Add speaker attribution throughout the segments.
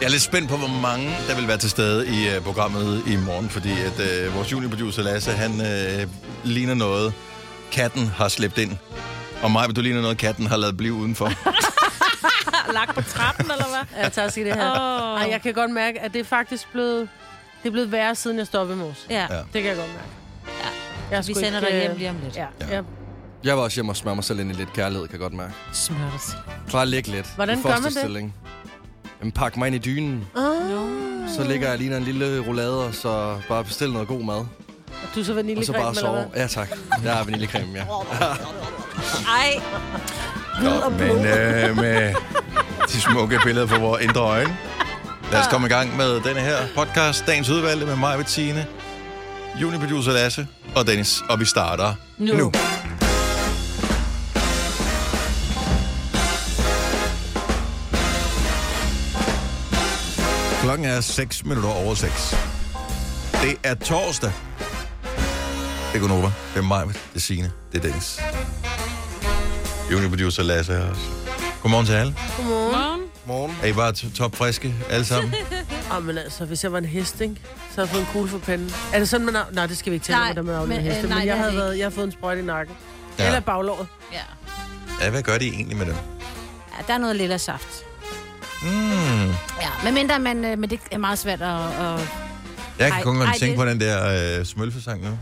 Speaker 1: Jeg er lidt spændt på, hvor mange der vil være til stede i uh, programmet i morgen, fordi at uh, vores juniorproducer Lasse, han uh, ligner noget, katten har slæbt ind. Og mig, du ligner noget, katten har lavet blive udenfor.
Speaker 2: Lagt på trappen, eller hvad?
Speaker 3: Ja, tak skal det her.
Speaker 2: Åh.
Speaker 3: Oh. Ej, jeg kan godt mærke, at det er faktisk blevet, det er blevet værre, siden jeg stoppede i morges.
Speaker 2: Ja.
Speaker 1: Ja.
Speaker 2: ja.
Speaker 3: Det kan jeg godt mærke.
Speaker 2: Ja.
Speaker 3: Jeg er
Speaker 2: Vi
Speaker 3: sgu
Speaker 2: sender
Speaker 3: ikke,
Speaker 2: dig
Speaker 3: øh,
Speaker 2: hjem lige om lidt.
Speaker 3: Ja.
Speaker 1: Ja.
Speaker 3: ja.
Speaker 4: Jeg var også hjemme og smøre mig selv ind i lidt kærlighed, kan jeg godt mærke.
Speaker 2: Smør dig selv.
Speaker 4: Bare ligge lidt.
Speaker 3: Hvordan
Speaker 4: i
Speaker 3: gør man det?
Speaker 4: fosterstilling. Jamen, pak mig ind i dynen.
Speaker 3: Oh.
Speaker 4: Så ligger jeg lige en lille roulade, og så bare bestil noget god mad.
Speaker 3: Du er så
Speaker 4: Og så
Speaker 3: vaniljekrem,
Speaker 4: bare
Speaker 3: eller hvad?
Speaker 4: sove. Ja, tak. Jeg er vaniljekrem, ja.
Speaker 2: Ej,
Speaker 1: Nå, men øh, med de smukke billeder fra vores indre øjne. Lad os komme i gang med denne her podcast, dagens udvalgte med mig, Bettine, juniorproducer Lasse og Dennis. Og vi starter nu. nu. Klokken er 6 minutter over 6. Det er torsdag. Det er Gunova. Det er mig, det er Signe. Det er Dennis. Juniorproducer Lasse er også. Godmorgen til alle.
Speaker 2: morgen.
Speaker 4: Morgen.
Speaker 1: Er I bare t- topfriske alle sammen?
Speaker 3: Åh, men altså, hvis jeg var en hest, ikke? så havde jeg fået en kugle for panden. Er det sådan, man har... Nej, det skal vi ikke tale om,
Speaker 2: Nej,
Speaker 3: hvordan man afleverer
Speaker 2: men, øh,
Speaker 3: heste, men,
Speaker 2: nej, det
Speaker 3: jeg,
Speaker 2: har
Speaker 3: havde
Speaker 2: vi
Speaker 3: været, jeg havde fået en sprøjt i nakken.
Speaker 1: Ja.
Speaker 3: Ja. Eller baglåret.
Speaker 2: Ja.
Speaker 1: Ja, hvad gør de egentlig med dem?
Speaker 5: Ja, der er noget lilla saft.
Speaker 1: Mm.
Speaker 5: Ja, men mindre man, øh, men det er meget svært at... at
Speaker 1: Jeg kan
Speaker 5: Ej,
Speaker 1: kun
Speaker 5: ej,
Speaker 1: godt tænke
Speaker 5: det-
Speaker 1: på den der øh, smølfesang nu.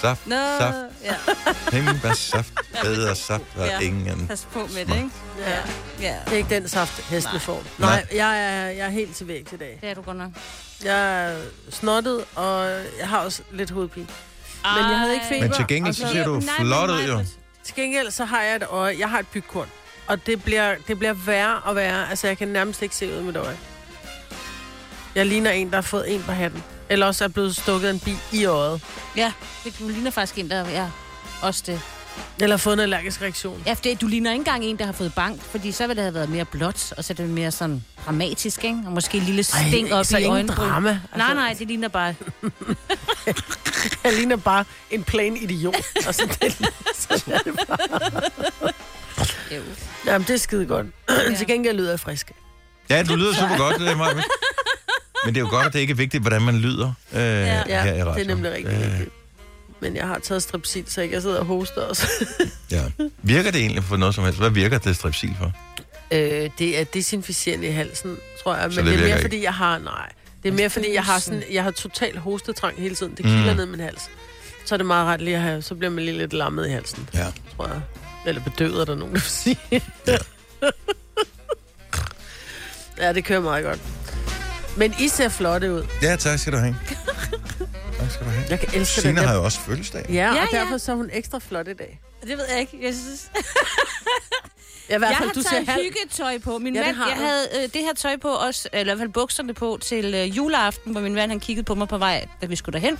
Speaker 1: Saft,
Speaker 2: Nå,
Speaker 1: saft,
Speaker 2: ja.
Speaker 1: himba, saft, bedre saft og
Speaker 2: Ja.
Speaker 1: ingen.
Speaker 2: Pas på med det, ikke? Ja. ja.
Speaker 3: Det er ikke den saft, hestene får.
Speaker 1: Nej.
Speaker 3: Nej, Nej jeg, er, jeg er helt til væk i dag.
Speaker 5: det er du godt nok.
Speaker 3: Jeg er snottet, og jeg har også lidt hovedpine. Men jeg havde ikke feber.
Speaker 1: Men til gengæld,
Speaker 3: og
Speaker 1: så ser du
Speaker 5: Nej, men
Speaker 1: flot ud
Speaker 5: mig-
Speaker 1: jo.
Speaker 3: Til gengæld, så har jeg et øje. Jeg har et pygkorn. Og det bliver, det bliver værre og værre. Altså, jeg kan nærmest ikke se ud af mit øje. Jeg ligner en, der har fået en på hatten. Eller også er blevet stukket af en bi i øjet.
Speaker 5: Ja, det- du ligner faktisk en, der er også det.
Speaker 3: Eller fået en allergisk reaktion.
Speaker 5: Ja, fordi du ligner ikke engang en, der har fået bank, fordi så ville det have været mere blåt, og så er det mere sådan dramatisk, ikke? Og måske en lille sting op
Speaker 3: så
Speaker 5: i
Speaker 3: ingen
Speaker 5: øjenbryn.
Speaker 3: drama. Altså,
Speaker 5: Nej, nej, det ligner bare...
Speaker 3: Jeg ligner bare en plain idiot. Og så det, sådan er det
Speaker 5: Jo.
Speaker 3: bare. Jamen, det er skide godt. Til gengæld lyder jeg frisk.
Speaker 1: Ja, du lyder super godt, det er meget vigtigt. Men det er jo godt, at det ikke er vigtigt, hvordan man lyder øh, ja.
Speaker 3: Ja,
Speaker 1: her i
Speaker 3: det er
Speaker 1: radioen. Øh,
Speaker 3: nemlig rigtig vigtigt. Men jeg har taget strepsil, så ikke jeg sidder og hoster også.
Speaker 1: ja. Virker det egentlig for noget som helst? Hvad virker det strepsil for?
Speaker 3: øh, det er desinficerende i halsen, tror jeg. Men det,
Speaker 1: det
Speaker 3: det er
Speaker 1: virker
Speaker 3: mere,
Speaker 1: ikke?
Speaker 3: fordi jeg har... Nej, det er mere, fordi jeg har sådan... Jeg har total hostetrang hele tiden. Det kilder
Speaker 1: Mm.
Speaker 3: mm. ned i min hals. Så er det meget rart lige at have... Så bliver man lige lidt lammet i halsen,
Speaker 1: Ja.
Speaker 3: tror jeg. Eller bedøvet, er der nogen, der vil sige.
Speaker 1: Ja.
Speaker 3: Ja. ja, det kører meget godt. Men I ser flotte ud.
Speaker 1: Ja, tak skal du have. Tak skal du have.
Speaker 3: Jeg kan elske
Speaker 1: Sina
Speaker 3: det.
Speaker 1: har
Speaker 3: Jeg...
Speaker 1: jo også fødselsdag.
Speaker 3: Ja, og
Speaker 2: Ja,
Speaker 3: ja,
Speaker 2: ja.
Speaker 3: derfor så er hun ekstra flot i dag.
Speaker 2: Det ved jeg ikke. Jeg synes...
Speaker 3: Ja, i hvert
Speaker 5: Jeg
Speaker 3: fald,
Speaker 5: har
Speaker 3: du ser
Speaker 5: taget
Speaker 3: halv...
Speaker 5: hyggetøj på. Min
Speaker 3: Ja,
Speaker 5: ja,
Speaker 3: det
Speaker 5: mand,
Speaker 3: har
Speaker 5: jeg
Speaker 3: du.
Speaker 5: havde øh, det her tøj på også, eller i hvert fald bukserne på, til øh, juleaften, hvor min mand han kiggede på mig på vej, da vi skulle derhen.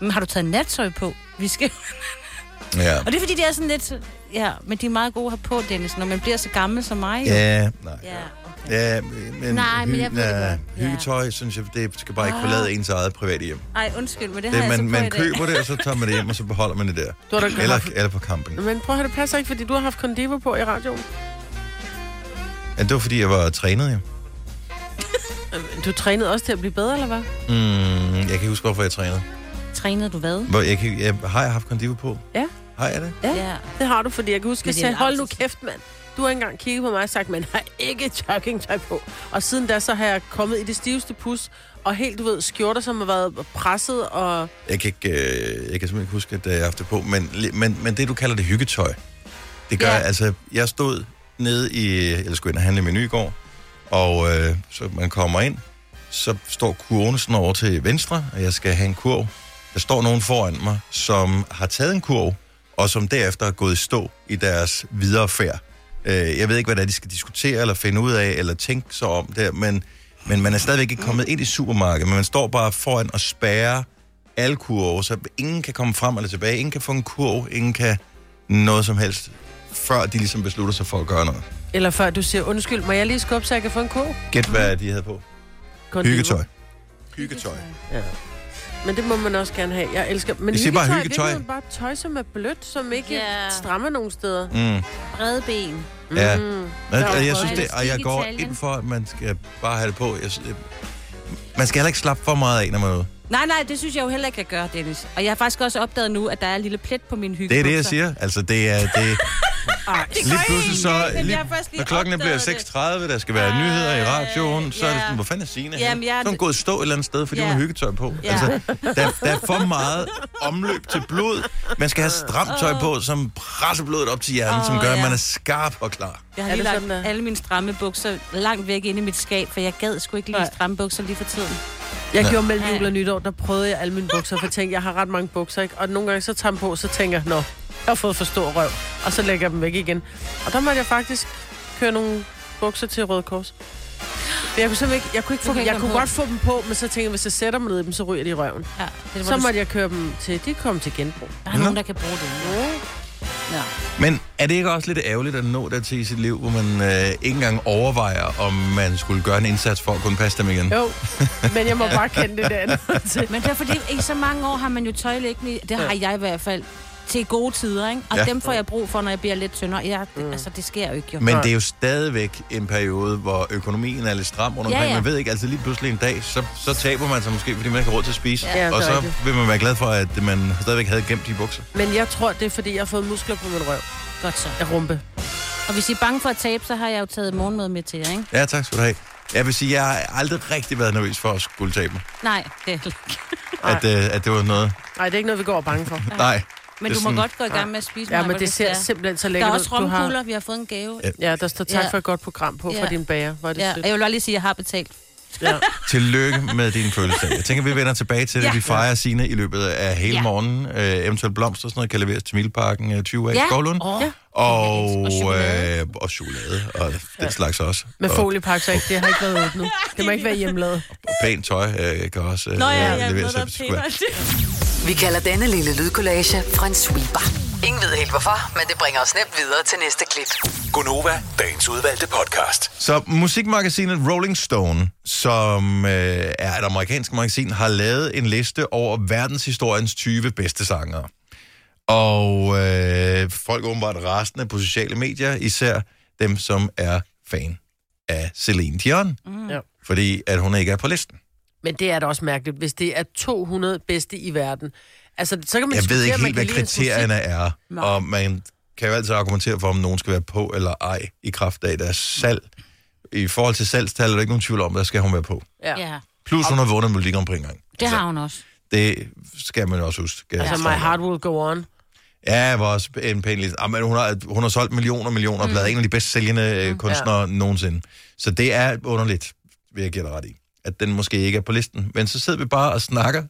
Speaker 5: Men har du taget nattøj på? Vi skal...
Speaker 1: Ja.
Speaker 5: Og det er fordi, det er sådan lidt... Ja, men de er meget gode at have på, Dennis, når man bliver så gammel som mig. jo.
Speaker 1: Ja, nej.
Speaker 5: Ja, okay.
Speaker 1: Ja, men,
Speaker 5: Nej, men jeg ved det
Speaker 1: nej,
Speaker 5: godt. Ja.
Speaker 1: hyggetøj, synes jeg, det skal bare ikke forlade ens eget private hjem.
Speaker 5: Ej, undskyld, men det, har jeg
Speaker 1: Det, man,
Speaker 5: så på i
Speaker 1: man
Speaker 5: dag.
Speaker 1: køber det, og så tager man det hjem, og så beholder man det der.
Speaker 3: Du har da ikke
Speaker 1: Eller,
Speaker 3: haft-
Speaker 1: eller på camping.
Speaker 3: Men prøv at høre, det passer ikke, fordi du har haft Condivo på i radioen.
Speaker 1: Ja, det var, fordi jeg var trænet, jo.
Speaker 3: Jamen, Du trænede også til at blive bedre, eller hvad?
Speaker 1: Mm, jeg kan ikke huske, hvorfor jeg trænede.
Speaker 5: Trænede du hvad?
Speaker 1: Hvor jeg kan, jeg, har jeg haft kondivo på?
Speaker 3: Ja.
Speaker 1: Har jeg det?
Speaker 3: Ja.
Speaker 5: Ja.
Speaker 3: Det har du, fordi jeg kan huske,
Speaker 5: Men
Speaker 3: at
Speaker 5: det er
Speaker 3: jeg sagde,
Speaker 5: en
Speaker 3: hold nu
Speaker 5: artist."
Speaker 3: kæft, mand. Du har ikke engang kigget på mig og sagt, man har ikke joggingtøj på. Og siden da, så har jeg kommet i det stiveste pus, og helt, du ved, skjorter, som har været presset, og
Speaker 1: Jeg kan, ikke, øh, jeg kan simpelthen ikke huske, at øh, jeg har haft det på. Men, li- men, men det, du kalder det hyggetøj, det gør, ja.
Speaker 5: Ja.
Speaker 1: altså, jeg stod nede i, eller skulle ind og handle i menu i går, og øh, så man kommer ind, så står kurven sådan over til venstre, og jeg skal have en kurv. Der står nogen foran mig, som har taget en kurv, og som derefter er gået i stå i deres videre færd. Øh, jeg ved ikke, hvad det er, de skal diskutere, eller finde ud af, eller tænke sig om der, men, men man er stadigvæk ikke kommet ind i supermarkedet, men man står bare foran og spærrer alle kurve, så ingen kan komme frem eller tilbage, ingen kan få en kurv, ingen kan noget som helst, før de ligesom beslutter sig for at gøre noget.
Speaker 3: eller før du siger, undskyld, må jeg lige skubbe, så jeg kan få en ko?
Speaker 1: Gæt, hvad de havde på.
Speaker 3: Kun
Speaker 1: Hyggetøj. Hyggetøj.
Speaker 3: Ja. Men det må man også gerne have. Jeg elsker... Men
Speaker 1: Jeg siger bare
Speaker 3: hyggetøj er i
Speaker 1: hyggetøj.
Speaker 3: virkeligheden bare tøj, som er blødt, som ikke
Speaker 5: Ja.
Speaker 3: yeah. strammer nogen steder.
Speaker 1: Mm.
Speaker 5: Brede ben.
Speaker 1: Ja.
Speaker 3: Mm.
Speaker 1: Men,
Speaker 3: Der var
Speaker 1: jeg, jeg
Speaker 3: både
Speaker 1: synes det, og jeg
Speaker 5: elastik i
Speaker 1: går
Speaker 5: taljen.
Speaker 1: ind for, at man skal bare have det på. Jeg, synes, det- man skal heller ikke slappe for meget af, når man er ude.
Speaker 5: Nej, nej, det synes jeg jo heller ikke, jeg gør, Dennis. Og jeg har faktisk også opdaget nu, at der er en lille plet på min hygge.
Speaker 1: Det er det, jeg siger. Altså, det er... Det,
Speaker 3: Ej,
Speaker 1: lige pludselig så...
Speaker 5: men jeg
Speaker 1: Lige,
Speaker 5: har først lige
Speaker 1: når klokken er bliver
Speaker 5: opdaget det.
Speaker 1: 6.30, der skal være nyheder i radioen, så er det
Speaker 5: ja.
Speaker 1: sådan, hvor fanden er Signe
Speaker 5: Jamen,
Speaker 1: henne?
Speaker 5: jeg-
Speaker 1: Så er hun gået og stå et eller andet sted, fordi
Speaker 5: Ja.
Speaker 1: hun har hyggetøj på.
Speaker 5: Ja.
Speaker 1: Altså, der, der er for meget omløb til blod. Man skal have stramt tøj på, som presser blodet op til hjernen, som
Speaker 5: Åh,
Speaker 1: gør, at
Speaker 5: ja.
Speaker 1: man er skarp og klar.
Speaker 5: Jeg
Speaker 3: Er
Speaker 5: har lige
Speaker 3: det
Speaker 5: lagt
Speaker 3: sådan, øh- der?
Speaker 5: alle mine stramme bukser langt væk inde i mit skab, for jeg gad sgu ikke lige
Speaker 3: Nej.
Speaker 5: stramme bukser lige for tiden.
Speaker 3: Jeg
Speaker 1: Ja.
Speaker 3: gjorde mellem jul og nytår, der prøvede jeg alle mine bukser, for jeg tænkte, jeg har ret mange bukser, ikke? Og nogle gange så tager jeg dem på, så tænker jeg, nå, jeg har fået for stor røv, og så lægger jeg dem væk igen. Og der måtte jeg faktisk køre nogle bukser til Røde Kors. Men jeg kunne simpelthen ikke, jeg kunne, ikke
Speaker 5: Du
Speaker 3: få,
Speaker 5: kan
Speaker 3: dem,
Speaker 5: ikke komme
Speaker 3: jeg kunne
Speaker 5: på.
Speaker 3: godt få dem på, men så tænker jeg, hvis jeg sætter mig ned i dem, så ryger de i røven.
Speaker 5: Ja, det er,
Speaker 3: Så
Speaker 5: så må
Speaker 3: måtte jeg køre dem til, de kom til genbrug.
Speaker 5: der er nogen, der kan bruge det. Ja.
Speaker 1: Men er det ikke også lidt ærgerligt at nå der til i sit liv, hvor man øh, ikke engang overvejer, om man skulle gøre en indsats for at kunne passe dem igen?
Speaker 3: Jo, men jeg må bare kende det der. til.
Speaker 5: Men det er fordi, i så mange år har man jo tøj liggende, i- det har jeg i hvert fald, til gode tider, ikke? Og
Speaker 1: Ja.
Speaker 5: ja. dem får jeg brug for, når jeg bliver lidt tyndere. Jeg, mm. Altså, det sker jo ikke, jo.
Speaker 1: Men det er jo stadigvæk en periode, hvor økonomien er lidt stram rundt omkring. Ja,
Speaker 5: Ja,
Speaker 1: ja.
Speaker 5: ja.
Speaker 1: Man ved ikke, altså lige pludselig en dag, så, så taber man sig måske, fordi man ikke har råd til at spise.
Speaker 3: Ja, det er
Speaker 1: og så
Speaker 3: rigtigt.
Speaker 1: vil man være glad for, at man stadigvæk havde gemt de bukser.
Speaker 3: Men jeg tror, det er, fordi jeg har fået muskler på min røv.
Speaker 5: Godt så.
Speaker 3: Jeg rumpe.
Speaker 5: Og hvis I er bange for at tabe, så har jeg jo taget morgenmad med til jer, ikke?
Speaker 1: Ja, tak skal du have. Jeg vil sige, jeg har aldrig rigtig været nervøs for at skulle tabe mig.
Speaker 5: Nej, det er heller ikke.
Speaker 1: At, øh, at det var noget.
Speaker 3: Nej, det er ikke noget, vi går og er bange for.
Speaker 1: Nej.
Speaker 5: Men
Speaker 1: Det er
Speaker 5: du må
Speaker 1: sådan-
Speaker 5: godt gå i gang med at spise
Speaker 3: Ja,
Speaker 5: Maja,
Speaker 3: men
Speaker 5: hvor
Speaker 3: det ser
Speaker 5: er.
Speaker 3: simpelthen så
Speaker 5: Der
Speaker 3: lækkert
Speaker 5: er
Speaker 3: ud.
Speaker 5: også
Speaker 3: Du har-
Speaker 5: romkugler, vi har fået en gave.
Speaker 1: Ja.
Speaker 5: Ja.
Speaker 3: Ja, der står tak
Speaker 5: Ja.
Speaker 3: for et godt program på ja. fra
Speaker 5: Ja.
Speaker 3: din bager. Hvor er det
Speaker 5: Ja,
Speaker 3: ja.
Speaker 5: og
Speaker 3: sødt.
Speaker 5: jeg vil bare lige sige, at jeg har betalt.
Speaker 3: Ja.
Speaker 1: Tillykke med din fødselsdag. Jeg tænker, vi vender tilbage til det.
Speaker 5: Ja.
Speaker 1: Vi fejrer sine i løbet af hele
Speaker 5: Ja.
Speaker 1: morgenen. Øh, eventuelt blomster og sådan noget kan leveres til Milparken øh, 20 af ja.
Speaker 5: Ja.
Speaker 1: Skovlund.
Speaker 5: Åh. Ja.
Speaker 1: Og,
Speaker 5: Og chokolade.
Speaker 1: øh, og chokolade og den slags også.
Speaker 3: Med
Speaker 1: og,
Speaker 3: foliepakke, så ikke. Det har ikke været åbnet. Det må ikke være hjemmelavet.
Speaker 1: og pænt tøj øh, kan også øh,
Speaker 2: Nå ja, jeg ved,
Speaker 1: leveres.
Speaker 2: der er
Speaker 1: hvis det skulle være.
Speaker 2: pænt.
Speaker 6: Vi kalder denne lille lydkollage Frans sweeper. Ingen ved helt hvorfor, men det bringer os nemt videre til næste klip.
Speaker 7: Gunova, dagens udvalgte podcast.
Speaker 1: Så musikmagasinet Rolling Stone, som øh, er et amerikansk magasin, har lavet en liste over verdenshistoriens 20 bedste sangere. Og øh, folk er åbenbart rasende på sociale medier, især dem, som er fan af Celine Dion. Mm.
Speaker 3: Ja.
Speaker 1: Fordi at hun ikke er på listen.
Speaker 3: Men det er da også mærkeligt, hvis det er 200 bedste i verden. Altså, så kan man
Speaker 1: Jeg
Speaker 3: diskutere,
Speaker 1: ved ikke
Speaker 3: om man
Speaker 1: helt, hvad
Speaker 3: kan lide hans
Speaker 1: kriterierne
Speaker 3: musik.
Speaker 1: er.
Speaker 5: Nej.
Speaker 1: Og man kan jo altid argumentere for, om nogen skal være på eller ej i kraft af deres salg. I forhold til salgstal er der ikke nogen tvivl om, hvad skal hun være på.
Speaker 3: Ja.
Speaker 5: Ja,
Speaker 1: Plus hun har vundet Melodi Grand Prix engang.
Speaker 5: det har hun også.
Speaker 1: Det skal man også huske. skal jeg
Speaker 3: Altså,
Speaker 1: sige.
Speaker 3: my heart will go on.
Speaker 1: Ja, var også en pæn liste. Ah, men hun, har, hun har solgt millioner og millioner
Speaker 5: Mm.
Speaker 1: og blevet en af de bedst sælgende mm. kunstnere nogensinde. Så det er underligt, vil jeg give dig ret i, at den måske ikke er på listen. Men så sidder vi bare og snakker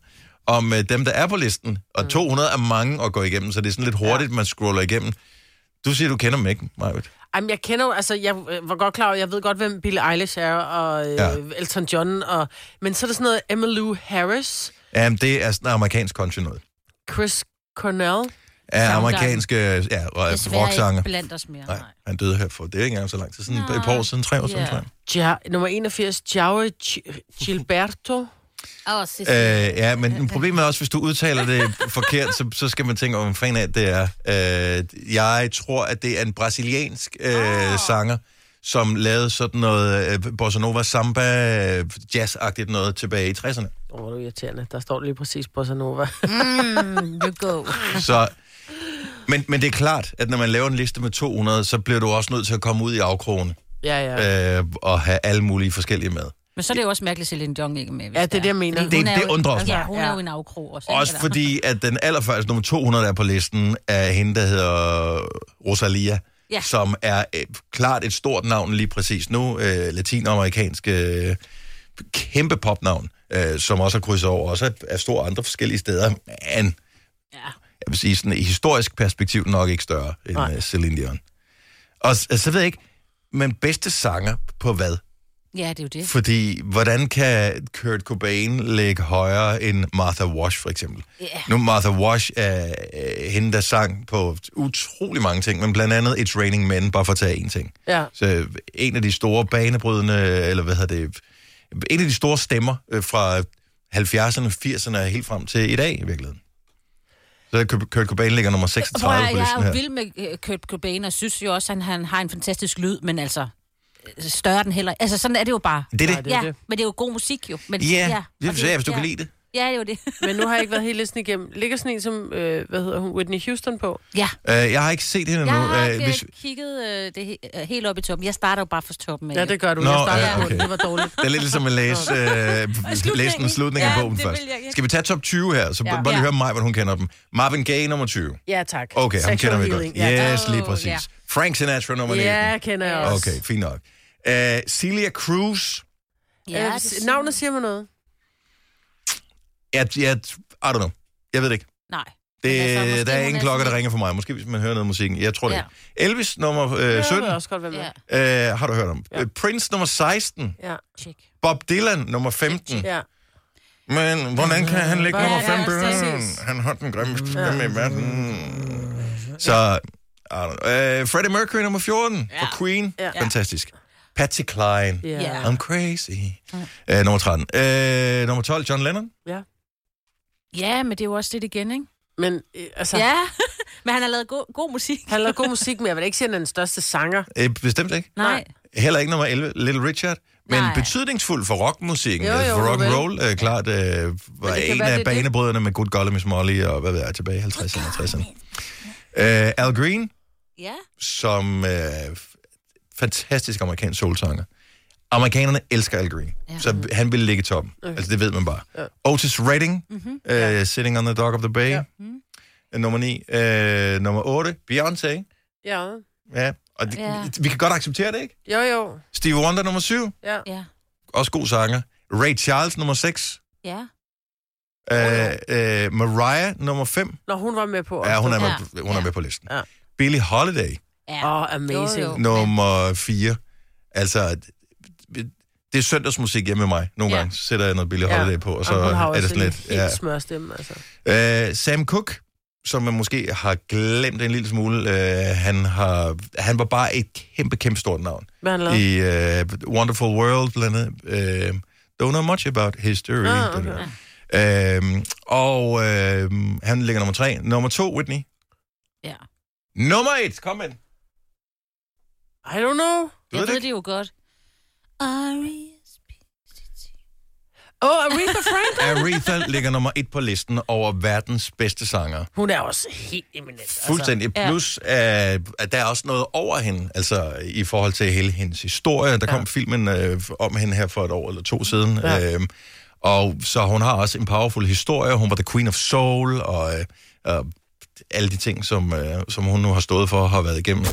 Speaker 1: om øh, dem, der er på listen. Og mm. 200 er mange at gå igennem, så det er sådan lidt hurtigt, ja. man scroller igennem. Du siger, du kender dem ikke, Majbet.
Speaker 3: Jamen, jeg kender jo, altså, jeg øh, var godt klar over, jeg ved godt, hvem Billie Eilish er, og øh,
Speaker 1: Ja.
Speaker 3: ja. Elton John, og, men så er der sådan noget Emmylou Harris,
Speaker 1: Jamen, det er sådan amerikansk country noget.
Speaker 3: Chris Cornell.
Speaker 1: Er
Speaker 5: Sanggang.
Speaker 1: amerikanske ja,
Speaker 5: Desværre
Speaker 1: rocksanger.
Speaker 5: ikke blandt os mere.
Speaker 1: Nej,
Speaker 5: Nej.
Speaker 1: han døde her for, det er ikke engang så lang tid siden, et par år siden, tre år siden,
Speaker 5: Ja.
Speaker 1: tror jeg.
Speaker 3: Ja, nummer 81, Joao Gi- Gilberto.
Speaker 5: Åh, oh, sidst.
Speaker 1: Øh, ja, men problemet er også, hvis du udtaler det forkert, så, så skal man tænke, om fanden af det er. Øh, jeg tror, at det er en brasiliansk øh, sanger, som lavede sådan noget øh, bossa nova, samba, øh, jazz-agtigt noget tilbage i 60'erne.
Speaker 3: Åh, oh, det er irriterende. Der står lige præcis Bossa Nova.
Speaker 5: Mm, You go.
Speaker 1: Så, men, men det er klart, at når man laver en liste med 200, så bliver du også nødt til at komme ud i afkrogen
Speaker 3: ja, ja.
Speaker 1: øh, og have alle mulige forskellige med.
Speaker 5: Men så er det jo også mærkeligt, at Celine Dion ikke er med. hvis
Speaker 3: Ja, det er det, jeg mener.
Speaker 5: Fordi hun
Speaker 1: Det-
Speaker 5: er
Speaker 1: det
Speaker 5: jo-
Speaker 1: undrer os
Speaker 5: Ja,
Speaker 1: meget.
Speaker 5: hun er
Speaker 3: Ja.
Speaker 5: jo en afkrog også. ikke?
Speaker 1: Også
Speaker 5: Eller-
Speaker 1: fordi, at den allerførste nummer 200, der er på listen, er hende, der hedder Rosalia,
Speaker 5: Ja.
Speaker 1: som er øh, klart et stort navn lige præcis nu. Øh, latinamerikansk øh, kæmpe popnavn, øh, som også har krydset over, også er- er stor andre forskellige steder. Men
Speaker 5: Ja.
Speaker 1: jeg vil sige, sådan i historisk perspektiv nok ikke større end
Speaker 3: Nej.
Speaker 1: Nej. Celine Dion. Og s- altså, så ved jeg ikke, men bedste sanger på hvad?
Speaker 5: Ja, det er jo det.
Speaker 1: Fordi hvordan kan Kurt Cobain ligge højere end Martha Wash, for eksempel?
Speaker 5: Ja.
Speaker 1: Nu Martha Wash er øh, hende, der sang på utrolig mange ting, men blandt andet It's Raining Men, bare for at tage én ting.
Speaker 3: Ja.
Speaker 1: Så en af de store banebrydende, eller hvad hedder det, en af de store stemmer øh, fra 70'erne, 80'erne og helt frem til i dag i virkeligheden. Så Kurt- Kurt Cobain ligger nummer 36 på
Speaker 5: jeg er
Speaker 1: listen
Speaker 5: jo
Speaker 1: her.
Speaker 5: vild med øh, Kurt Cobain, og synes jo også, at han, han har en fantastisk lyd, men altså øh, større den heller. Altså, sådan er det jo bare.
Speaker 1: Det er det.
Speaker 5: Ja, men det er jo god musik jo. Men,
Speaker 1: Ja, det
Speaker 5: og
Speaker 1: vil sige, hvis du
Speaker 5: ja.
Speaker 1: kan lide det.
Speaker 5: Ja, det er jo det.
Speaker 3: Men nu har jeg ikke været helt listen igennem. Ligger sådan en som, øh, hvad hedder hun, Whitney Houston på?
Speaker 5: Ja,
Speaker 1: Øh, jeg har ikke set hende
Speaker 5: jeg
Speaker 1: endnu.
Speaker 5: har
Speaker 1: Øh,
Speaker 5: ikke
Speaker 1: hvis,
Speaker 5: hvis... kigget øh, det he- øh, helt op i toppen. Jeg starter jo bare fra toppen af.
Speaker 3: Ja, det gør du.
Speaker 1: Nå,
Speaker 3: jeg startede
Speaker 1: ja,
Speaker 3: på
Speaker 1: okay.
Speaker 3: den. Det var dårligt.
Speaker 1: det er lidt ligesom at læse, øh, læse en slutning af
Speaker 8: Ja,
Speaker 1: bogen
Speaker 8: det
Speaker 1: først.
Speaker 8: vil jeg ikke.
Speaker 1: Skal vi tage top 20 her, så ja.
Speaker 3: Ja.
Speaker 1: bare lige
Speaker 3: Ja.
Speaker 1: høre mig, hvordan hun kender dem. Marvin Gaye nummer 20.
Speaker 3: Ja, tak.
Speaker 1: Okay, ham
Speaker 3: Sexual
Speaker 1: kender vi
Speaker 3: healing,
Speaker 1: godt.
Speaker 3: Ja,
Speaker 1: Yes, lige
Speaker 5: Åh,
Speaker 1: præcis.
Speaker 5: ja.
Speaker 1: Frank Sinatra nummer 19.
Speaker 3: ja kender jeg også.
Speaker 1: Okay, fint nok. Uh, Celia Cruz,
Speaker 5: ja,
Speaker 3: øh,
Speaker 5: det
Speaker 3: navnet siger mig noget.
Speaker 1: jeg, jeg, I don't know. Jeg ved det ikke.
Speaker 5: Nej.
Speaker 1: Det,
Speaker 5: Men altså, måske
Speaker 1: der er
Speaker 5: hun
Speaker 1: ingen
Speaker 5: er
Speaker 1: klokker, der
Speaker 5: sådan-
Speaker 1: ringer for mig. Måske hvis man hører noget af musikken. Jeg tror det
Speaker 5: Ja.
Speaker 1: ikke. Elvis nummer øh,
Speaker 3: Det
Speaker 1: 17
Speaker 3: vil jeg også godt være med.
Speaker 5: Ja,
Speaker 1: øh, har du hørt om.
Speaker 3: Ja.
Speaker 1: Øh, Prince nummer 16.
Speaker 3: Ja.
Speaker 5: tjek.
Speaker 1: Bob Dylan nummer 15.
Speaker 3: ja.
Speaker 1: Men hvordan kan han ligge
Speaker 3: Ja,
Speaker 1: nummer
Speaker 3: ja,
Speaker 1: 5?
Speaker 3: præcis.
Speaker 1: Han har den grimmeste stemme i verden. Så, I don't know. Øh, Freddie Mercury nummer 14 ja. for Queen.
Speaker 3: Ja.
Speaker 1: Fantastisk. Patsy Cline.
Speaker 3: Ja.
Speaker 5: Ja.
Speaker 1: I'm crazy. Øh, nummer 13. Øh, nummer 12, John Lennon.
Speaker 5: Ja, men det er jo også lidt igen, ikke?
Speaker 3: Men øh, altså, ja.
Speaker 5: Ja, men han har lavet go- god musik.
Speaker 3: han lavede god musik, men jeg vil da ikke sige, at han er den største sanger.
Speaker 1: Øh, bestemt ikke.
Speaker 5: Nej.
Speaker 1: Heller ikke nummer 11, Little Richard. Men Nej.
Speaker 5: Nej.
Speaker 1: betydningsfuld for rockmusikken,
Speaker 3: Jo,
Speaker 1: jo,
Speaker 3: jo,
Speaker 1: jo, for rock and
Speaker 3: vel.
Speaker 1: roll, øh, klart, øh, var
Speaker 3: kan
Speaker 1: en
Speaker 3: være, det
Speaker 1: af
Speaker 3: er det.
Speaker 1: banebryderne med Good Golly Miss Molly, og hvad ved jeg, tilbage i 50'erne og 60'erne. Øh, Al Green,
Speaker 5: Ja.
Speaker 1: som øh, f- fantastisk amerikansk soulsanger. Amerikanerne elsker Al Green, ja. så han vil ligge i toppen.
Speaker 3: Øh.
Speaker 1: Okay. Altså, det ved man bare. Ja. Otis Redding,
Speaker 3: Mhm.
Speaker 1: mm-hmm. øh, Sitting on the Dock of the Bay, ja. nummer 9. Øh, nummer 8, Beyoncé.
Speaker 3: Ja.
Speaker 1: Ja, og det, ja.
Speaker 5: Ja.
Speaker 1: vi kan godt acceptere det, ikke?
Speaker 3: Jo, jo.
Speaker 1: Steve Wonder nummer 7,
Speaker 3: Ja.
Speaker 5: Ja.
Speaker 1: også god sanger. Ray Charles nummer 6.
Speaker 5: Ja.
Speaker 1: Øh, øh, Mariah nummer 5.
Speaker 3: Når hun var med på.
Speaker 1: Ja, hun er
Speaker 5: Ja.
Speaker 1: med, hun er
Speaker 5: Ja.
Speaker 1: med på listen.
Speaker 3: Ja.
Speaker 1: Billie Holiday
Speaker 5: Ja.
Speaker 3: Åh, oh, amazing.
Speaker 5: Jo, jo.
Speaker 1: nummer 4. Altså, det er søndagsmusik hjemme med mig. Nogle
Speaker 5: Ja.
Speaker 1: gange så sætter jeg noget Billie
Speaker 3: Ja.
Speaker 1: Holiday på, og så
Speaker 3: Jamen, hun har
Speaker 1: er
Speaker 3: også
Speaker 1: det sådan
Speaker 3: en
Speaker 1: lidt...
Speaker 3: helt
Speaker 1: Ja.
Speaker 3: smørstemme, altså.
Speaker 1: Øh, Sam Cooke, som man måske har glemt en lille smule. Øh, han, har, han var bare et kæmpe, kæmpe stort navn.
Speaker 3: Hvad han lavede?
Speaker 1: i uh, Wonderful World, blandt andet. Uh, don't know much about history.
Speaker 3: Ah,
Speaker 1: Ah, okay. uh, og uh, han ligger nummer tre. Nummer to, Whitney.
Speaker 5: ja.
Speaker 1: Nummer et, kom ind.
Speaker 3: I don't know.
Speaker 1: Du
Speaker 5: Jeg
Speaker 1: ved det
Speaker 5: ved
Speaker 1: ikke?
Speaker 5: det jo godt. R.E.S.P..
Speaker 3: Åh, oh, Aretha Franklin.
Speaker 1: Aretha ligger nummer et på listen over verdens bedste sanger.
Speaker 3: Hun er også helt eminent. altså.
Speaker 1: Fuldstændig.
Speaker 5: ja.
Speaker 1: Plus, øh, at der er også noget over hende, altså i forhold til hele hendes historie. Der kom filmen øh, om hende her for et år eller to siden. Ja.
Speaker 3: Ja.
Speaker 1: Øh, og så hun har også en powerful historie. Hun var the queen of soul, og, øh, og alle de ting, som, øh, som hun nu har stået for og har været igennem.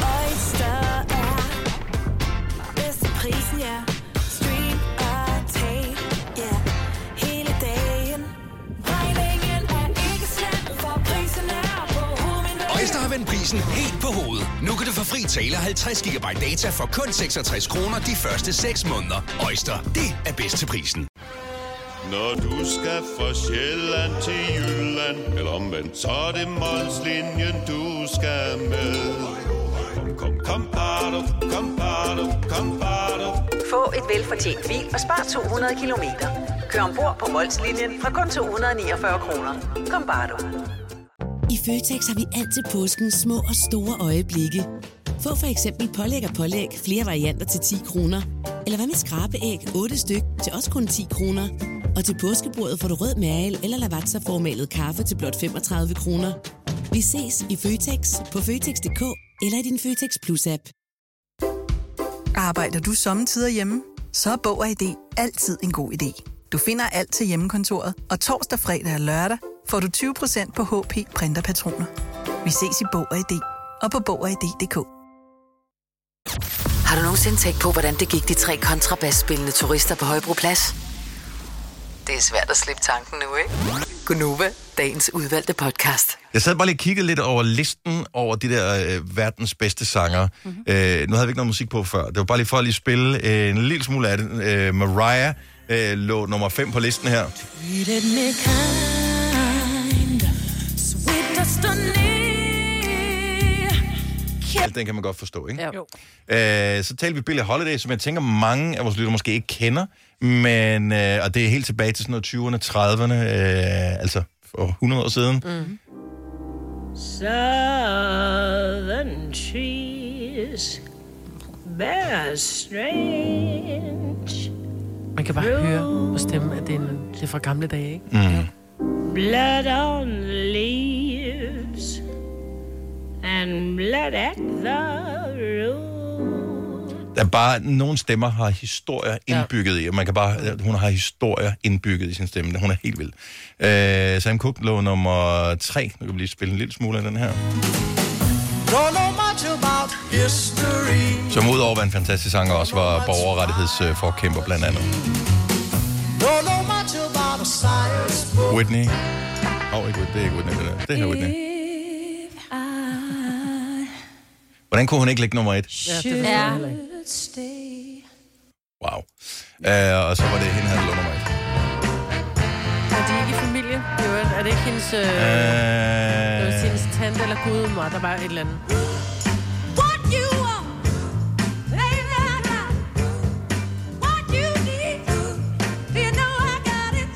Speaker 9: Oyster er bedst til prisen, ja. Stream og tag, ja. Hele dagen. Regningen er ikke slem, for prisen er på hovedet.
Speaker 2: Øjster har vendt prisen helt på hovedet. Nu kan du få fri tale 50 GB data for kun 66 kroner de første 6 måneder. Øjster, det er bedst til prisen.
Speaker 10: Når du skal fra Sjælland til Jylland Eller omvendt, så er det Molslinjen, du skal med Kom, kom, kom, bado, kom, bado, kom, bado.
Speaker 11: Få et velfortjent bil og spar 200 kilometer. Kør ombord på Molslinjen fra kun 249 kroner. Kom bare du.
Speaker 12: I Føtex har vi altid påsken små og store øjeblikke. Få for eksempel pålæg og pålæg flere varianter til 10 kroner. Eller hvad med skrabeæg 8 styk til også kun 10 kroner. Og til påskebordet får du rød mal eller lavatserformalet kaffe til blot 35 kroner. Vi ses i Føtex på Føtex.dk eller i din Føtex Plus-app.
Speaker 6: Arbejder du sommetider hjemme? Så er Bog og ID altid en god idé. Du finder alt til hjemmekontoret, og torsdag, fredag og lørdag får du 20% på HP Printerpatroner. Vi ses i Bog og ID og på Bog og ID.dk.
Speaker 11: Har du nogensinde tænkt på, hvordan det gik de tre kontrabasspillende turister på Højbroplads? Det er svært at slippe tanken nu, ikke? Gunova, dagens udvalgte podcast.
Speaker 1: Jeg sad bare lige og kiggede lidt over listen over de der øh, verdens bedste sanger. Mm-hmm. Øh, nu havde vi ikke noget musik på før. Det var bare lige for at lige spille øh, en lille smule af det. Øh, Mariah øh, lå nummer 5 på listen her.
Speaker 9: Treated me kind, sweet destiny. Kept
Speaker 1: den kan man godt forstå, ikke?
Speaker 13: Ja. Jo.
Speaker 1: Øh, så talte vi Billie Holiday, som jeg tænker, mange af vores lytter måske ikke kender, men, øh, og det er helt tilbage til sådan noget 20'erne, 30'erne, øh, altså for 100 år siden.
Speaker 13: Mm. Southern trees bear a strange
Speaker 3: Man kan bare høre på stemmen, at det er, en, det er fra gamle dage, ikke?
Speaker 1: Mm.
Speaker 13: blood on the leaves and blood at the root.
Speaker 1: Der er bare, nogle stemmer har historier indbygget i, og man kan bare, øh, hun har historier indbygget i sin stemme, hun er helt vild. Øh, Sam Cooke lå nummer 3, nu kan vi lige spille en lille smule af den her.
Speaker 14: Don't know much about history.
Speaker 1: Som udover at være en fantastisk sanger, også var borgerrettighedsforkæmper blandt andet.
Speaker 14: Don't know much about a science book.
Speaker 1: Whitney. Åh, oh, ikke Whitney, det er ikke Whitney, det, der. det her er Whitney. Hvordan kunne hun ikke lægge nummer et?
Speaker 13: Ja,
Speaker 1: det
Speaker 13: ja.
Speaker 1: Wow. Uh, og så var det hende, han lå nummer et.
Speaker 3: Er de ikke i familie? Jo, er det ikke hendes, øh,
Speaker 1: Øh.
Speaker 3: det var hendes tante eller gudmor, der var et eller andet?
Speaker 13: What you are, baby, I got. What you need, you know I got it.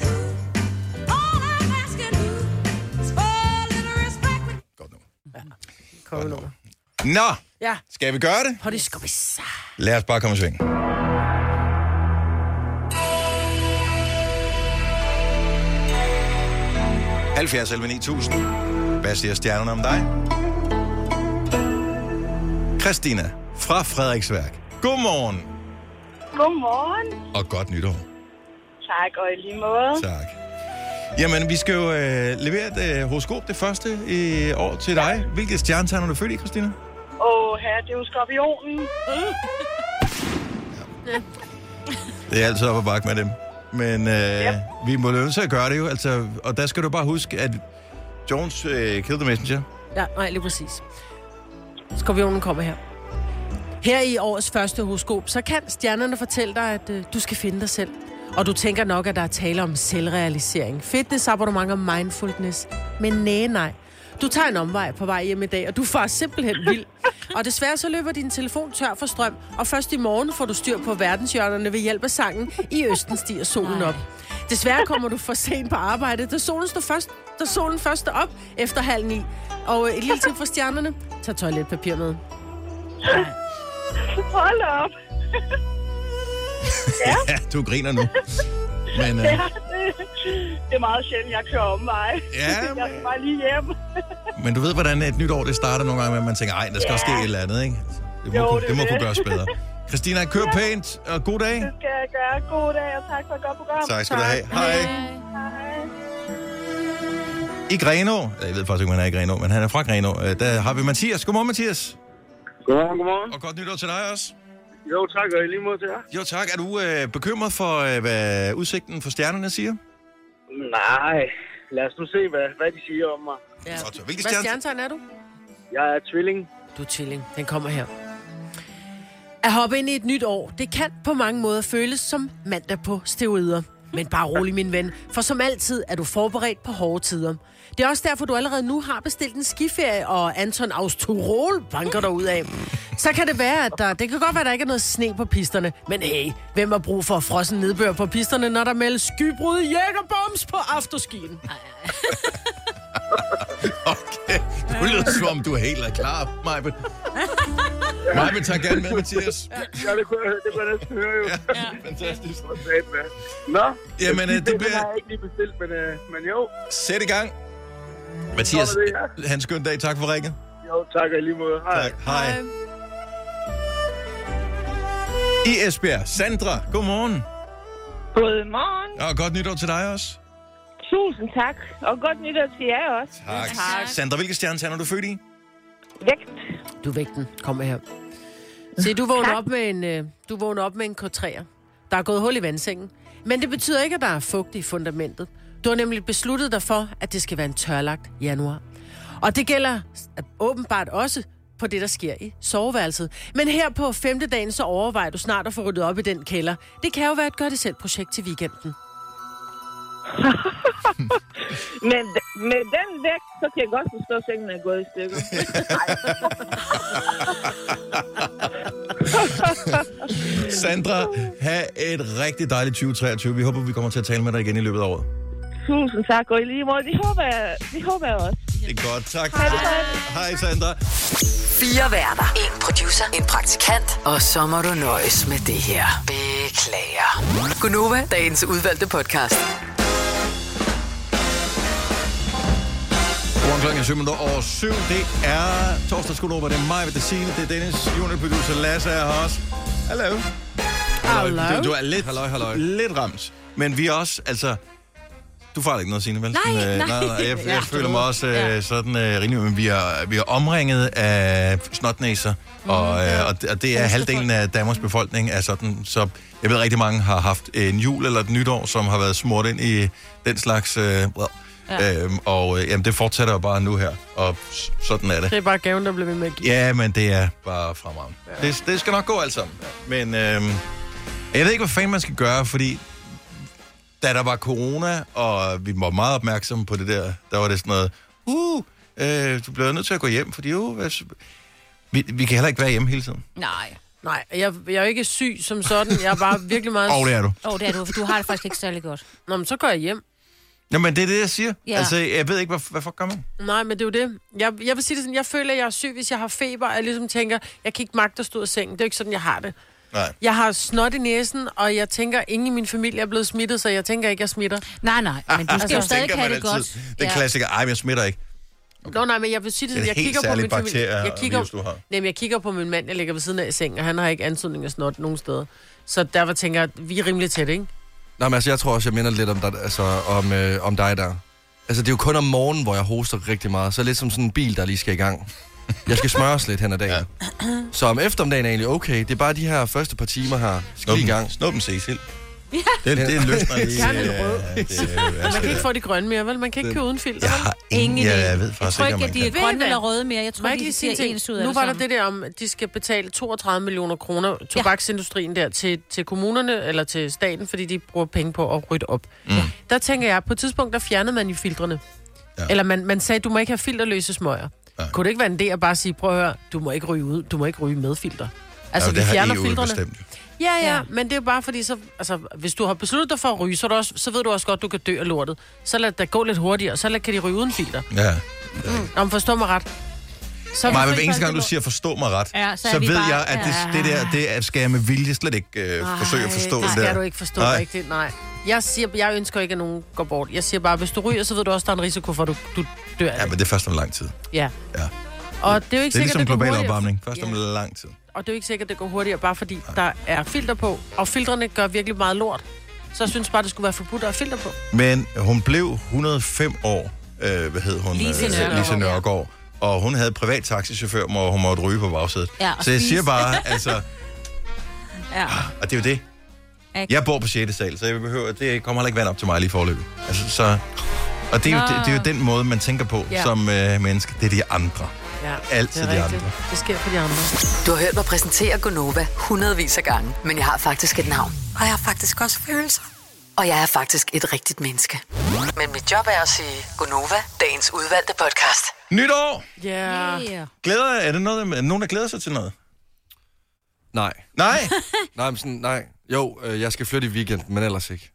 Speaker 13: All I'm asking you is for a little respect.
Speaker 3: Kongenummer.
Speaker 1: Nå,
Speaker 3: Ja.
Speaker 1: skal vi gøre det?
Speaker 3: Hottie Scobies.
Speaker 1: Lad os bare komme i sving. ...70 11 9000. Hvad siger stjernerne om dig? Christina fra Frederiksværk. Godmorgen
Speaker 15: Godmorgen.
Speaker 1: og godt nytår.
Speaker 15: Tak, og i lige måde.
Speaker 1: Tak. Jamen, vi skal jo øh, levere et øh, horoskop det første i år til dig. Hvilket stjernetegn er du født i, Christina?
Speaker 15: Åh, her, det er jo skorpionen.
Speaker 1: Det er altid op ad bakke med dem. Men øh, ja. vi må løbe til at gøre det jo. Altså, og der skal du bare huske, at Jones øh, killed the messenger.
Speaker 3: Ja, nej, lige præcis. Skorpionen kommer her. Her i årets første horoskop, så kan stjernerne fortælle dig, at øh, du skal finde dig selv. Og du tænker nok, at der er tale om selvrealisering, fitnessabonnement og mindfulness. Men nej, nej. Du tager en omvej på vej hjem i dag, og du farer simpelthen vild. Og desværre så løber din telefon tør for strøm, og først i morgen får du styr på verdenshjørnerne ved hjælp af sangen I Østen stiger solen op. Desværre kommer du for sent på arbejde, da solen, står først, da solen først er op efter halv ni. Og øh, et lille tip for stjernerne, tag toiletpapir med.
Speaker 15: Hold op.
Speaker 1: Ja. ja du griner nu. Men øh,
Speaker 15: Ja, det, det er meget sjældent, jeg kører om mig.
Speaker 1: Ja,
Speaker 15: Jeg skal bare lige hjem.
Speaker 1: men du ved, hvordan et nyt år det starter nogle gange med, at man tænker, ej, der skal
Speaker 15: Ja.
Speaker 1: også ske et eller andet, ikke? Altså, Det må,
Speaker 15: Jo,
Speaker 1: kunne,
Speaker 15: det er
Speaker 1: det må
Speaker 15: det.
Speaker 1: kunne gøres bedre. Christina, kør pænt, og god dag.
Speaker 15: Det skal jeg gøre. God dag, og tak for et godt program.
Speaker 1: Tak skal du have. Hej.
Speaker 15: Hej.
Speaker 1: I Grenå, eller jeg ved faktisk ikke, om han er i Grenå, men han er fra Grenå, øh, der har vi Mathias. Godmorgen, Mathias.
Speaker 16: Godmorgen, godmorgen.
Speaker 1: Og godt nytår til dig også.
Speaker 16: Jo, tak, og i lige måde til jer.
Speaker 1: Jo tak, er du øh, bekymret for, øh, hvad udsigten for stjernerne siger?
Speaker 16: Nej, lad os nu se, hvad, hvad de siger om mig.
Speaker 3: Ja.
Speaker 1: Hvilke
Speaker 3: Hvad stjernetegn er du?
Speaker 16: Jeg er tvilling.
Speaker 3: Du er tvilling. Den kommer her. At hoppe ind i et nyt år, det kan på mange måder føles som mandag på steroider. Men bare rolig, min ven, for som altid er du forberedt på hårde tider. Det er også derfor, du allerede nu har bestilt en skiferie, og Anton aus Tirol banker dig ud af. Så kan det være, at der, det kan godt være, at der ikke er noget sne på pisterne. Men hey, hvem har brug for frossen nedbør på pisterne, når der meldes skybrud jækkerbombs på afterskien?
Speaker 1: Okay, du lyder som om, du helt er klar, Majbet. Majbet tager gerne med, Mathias.
Speaker 16: Ja, det kunne jeg, det kunne jeg næsten høre jo. Ja,
Speaker 1: fantastisk.
Speaker 16: Nå,
Speaker 1: Jamen, øh, det
Speaker 16: den
Speaker 1: bliver-
Speaker 16: har jeg ikke lige bestilt, men, øh, men jo.
Speaker 1: Sæt i gang. Mathias,
Speaker 16: Sådan er det,
Speaker 1: han skøn dag. Tak for ringet.
Speaker 16: Jo, tak, og i lige måde. Hej.
Speaker 1: Tak. Hej. I Esbjerg, Sandra, godmorgen.
Speaker 17: Godmorgen.
Speaker 1: Og godt nytår til dig også.
Speaker 17: Tusind tak. Og godt nytår til jer også.
Speaker 1: Sandra, hvilke stjernetegn er du født i?
Speaker 17: Vægt.
Speaker 3: Du er vægten. Kom her. Se, du vågner op med en, øh, du vågner op med en K3'er. Der er gået hul i vandsengen. Men det betyder ikke, at der er fugt i fundamentet. Du har nemlig besluttet dig for, at det skal være en tørlagt januar. Og det gælder s- åbenbart også på det, der sker i soveværelset. Men her på femte dagen, så overvejer du snart at få ryddet op i den kælder. Det kan jo være et gør-det-selv-projekt til weekenden.
Speaker 17: Men med den vægt, så kan jeg godt forstå, at sengen er gået i stykker.
Speaker 1: Sandra, have et rigtig dejligt 2023. Vi håber, vi kommer til at tale med dig igen i løbet af året.
Speaker 17: Tusind tak, og i lige måde, det håber jeg, det håber jeg også.
Speaker 1: Det er godt. Tak.
Speaker 17: Ha' det
Speaker 1: Hej, Sandra.
Speaker 6: Fire værter. En producer. En praktikant. Og så må du nøjes med det her. Beklager. Gunova, dagens udvalgte podcast.
Speaker 1: Godmorgen klokken er syv minutter over syv. Det er torsdagsskoleover. Det er mig, ved det Signe. Det er Dennis, juniorproducer Lasse er her også. Hallo. Du, du er lidt, halløj, halløj. lidt ramt. Men vi er også, altså... Du fejler ikke noget, Signe, vel?
Speaker 13: Nej,
Speaker 1: øh,
Speaker 13: nej.
Speaker 1: nej, nej. Jeg, jeg
Speaker 13: Ja.
Speaker 1: føler mig også øh, sådan øh, rimelig... Men vi er, vi er omringet af snotnæser,
Speaker 13: Mm.
Speaker 1: og, øh, og, det- og det er halvdelen af Danmarks befolkning er sådan. Så jeg ved, rigtig mange har haft en jul eller et nytår, som har været smurt ind i den slags... Øh,
Speaker 3: Ja.
Speaker 1: ja. øhm, og øh, jamen, det fortsætter jo bare nu her, og s- sådan er det.
Speaker 3: Det er bare gaven, der bliver ved med at give.
Speaker 1: Ja, men det er bare fremragende. Ja. Det, det skal nok gå alt sammen. Men øhm, jeg ved ikke, hvad fanden man skal gøre, fordi da der var corona, og vi var meget opmærksomme på det der, der var det sådan noget, uh, øh, du bliver nødt til at gå hjem, fordi uh, hvad, s- vi, vi kan heller ikke være hjemme hele tiden.
Speaker 5: Nej.
Speaker 3: Nej, jeg, jeg er jo ikke syg som sådan. Jeg er bare virkelig meget...
Speaker 1: Åh, det er du.
Speaker 5: Åh, oh, det er du, for du har det faktisk ikke særlig godt.
Speaker 3: Nå, men så går jeg hjem.
Speaker 1: Nå, men det er det, jeg siger.
Speaker 3: Ja.
Speaker 1: Ja. Altså, jeg ved ikke, hvad, hvad fuck gør man?
Speaker 3: Nej, men det er jo det. Jeg, jeg vil sige det sådan, jeg føler, at jeg er syg, hvis jeg har feber, og jeg ligesom tænker, jeg kan ikke magte at stå ud af sengen. Det er jo ikke sådan, jeg har det.
Speaker 1: Nej.
Speaker 3: Jeg har snot i næsen, og jeg tænker, ingen i min familie er blevet smittet, så jeg tænker ikke, jeg smitter. Altså,
Speaker 5: Nej, nej, men du skal jo stadig have det godt.
Speaker 1: Den ja. klassiker, ej, men jeg smitter ikke.
Speaker 3: Nå, nej, men jeg vil sige det,
Speaker 1: Det er
Speaker 3: sådan, jeg
Speaker 1: helt
Speaker 3: kigger på
Speaker 1: særlige
Speaker 3: min familie.
Speaker 1: bakterier
Speaker 3: Jeg
Speaker 1: og
Speaker 3: kigger,
Speaker 1: virus, du har.
Speaker 3: Nej, men jeg kigger på min mand, jeg ligger ved siden af i sengen, og han har ikke ansøgning af snot nogen steder. Så derfor tænker jeg, at vi er rimelig tæt, ikke?
Speaker 4: Nej, men altså, jeg tror også, jeg minder lidt om dig, altså, om, øh, om dig der. Altså, det er jo kun om morgenen, hvor jeg hoster rigtig meget. Så lidt som sådan en bil, der lige skal i gang. Jeg skal smøres lidt hen ad dagen. Ja. Så om eftermiddagen er egentlig okay. Det er bare de her første par timer her. Skal i gang.
Speaker 1: Snup en Cecil.
Speaker 3: Ja.
Speaker 1: Det, det løsner lige.
Speaker 3: Gerne en rød.
Speaker 1: Ja, det, er-
Speaker 3: Man
Speaker 1: altså,
Speaker 3: kan ikke få de grønne mere, vel? Man kan ikke
Speaker 1: Det-
Speaker 3: købe uden filter.
Speaker 1: Jeg
Speaker 3: vel?
Speaker 1: har ingen Ingen idé. idé. Jeg ved faktisk
Speaker 5: Jeg tror
Speaker 1: ikke, om
Speaker 5: ikke,
Speaker 1: man
Speaker 5: at de er
Speaker 1: kan.
Speaker 3: Ved I
Speaker 5: grønne
Speaker 3: hvad?
Speaker 5: eller røde mere. Jeg
Speaker 3: Må
Speaker 5: tror,
Speaker 3: jeg
Speaker 5: de
Speaker 3: lige sige en
Speaker 5: ser
Speaker 3: ting?
Speaker 5: ens ud af
Speaker 3: Nu
Speaker 5: det
Speaker 3: var der
Speaker 5: sammen.
Speaker 3: det der om, at de skal betale 32 millioner kroner tobaksindustrien der til, til kommunerne eller til staten, fordi de bruger penge på at rydde op. Mm. Der tænker jeg, på et tidspunkt, der fjernede man jo filtrene. Ja. Eller man, man sagde, du må ikke have filterløse smøger. Ja. Kunne det ikke være en idé at bare sige, prøv at høre, du må ikke ryge ud, du må ikke ryge med filter. Altså,
Speaker 1: men
Speaker 3: vi
Speaker 1: det har
Speaker 3: fjerner
Speaker 1: EU
Speaker 3: filtrene.
Speaker 1: bestemt jo.
Speaker 3: Ja, ja, ja, men det er jo bare fordi, så, altså, hvis du har besluttet dig for at ryge, så, er du også, så ved du også godt, du kan dø af lortet. Så lad det gå lidt hurtigere, så lad, kan de ryge uden filter.
Speaker 1: Ja.
Speaker 3: Mm. Om forstår mig ret. Så er vi
Speaker 1: Maja,
Speaker 3: fri
Speaker 1: hver
Speaker 3: for
Speaker 1: eneste
Speaker 3: alt
Speaker 1: gang,
Speaker 3: det
Speaker 1: du siger, forstå mig ret,
Speaker 3: Ja, så er
Speaker 1: så
Speaker 3: vi
Speaker 1: ved
Speaker 3: bare-
Speaker 1: jeg, at det, det der, det er- skal jeg med vilje slet ikke øh, forsøge at forstå.
Speaker 3: det
Speaker 1: der.
Speaker 3: skal du ikke forstå
Speaker 1: Nej.
Speaker 3: nej. rigtigt, nej. Jeg, siger, jeg ønsker ikke, at nogen går bort. Jeg siger bare, hvis du ryger, så ved du også, at der er en risiko for, at du, du dør.
Speaker 1: Ja, men det er først om lang tid. Det
Speaker 3: Ja. ja. Og det er jo ikke sikkert,
Speaker 1: er ligesom
Speaker 3: det går
Speaker 1: global
Speaker 3: hurtigere,
Speaker 1: opvarmning. Først om lang tid.
Speaker 3: og det er jo ikke sikkert, det går hurtigere, bare fordi der er filter på. Og filtrene gør virkelig meget lort. Så jeg synes bare, det skulle være forbudt at have filter på.
Speaker 1: Men hun blev 105 år, øh, hvad hed hun?
Speaker 3: Lise
Speaker 1: Øh,
Speaker 3: Nørgaard.
Speaker 1: Lise Nørgaard. Og hun havde privat taxichauffør, hvor hun måtte ryge på bagsædet.
Speaker 5: Ja, og
Speaker 1: så jeg
Speaker 5: spise.
Speaker 1: siger bare, altså,
Speaker 5: Ja.
Speaker 1: og det er jo det.
Speaker 5: Ikke?
Speaker 1: Jeg bor på 6. sal, så jeg behøver, det kommer heller ikke vand op til mig lige forløbet. Altså, så, og det er, jo,
Speaker 3: Nå.
Speaker 1: det, det er jo den måde, man tænker på
Speaker 3: Ja.
Speaker 1: ja. som øh, menneske. Det er de andre.
Speaker 3: Ja,
Speaker 1: Altid
Speaker 3: det
Speaker 1: de
Speaker 3: er rigtigt.
Speaker 1: andre.
Speaker 3: Det sker for de andre.
Speaker 6: Du har hørt mig præsentere Gonova hundredvis af gange, men jeg har faktisk et navn. Og jeg har faktisk også følelser. Og jeg er faktisk et rigtigt menneske. Men mit job er at sige Gonova, dagens udvalgte podcast.
Speaker 1: Nyt år!
Speaker 3: Ja. Yeah.
Speaker 1: Glæder, er det noget, er nogen, der glæder sig til noget?
Speaker 4: Nej.
Speaker 1: Nej?
Speaker 4: nej, men sådan, nej. Jo, øh, jeg skal flytte i weekenden, men ellers ikke.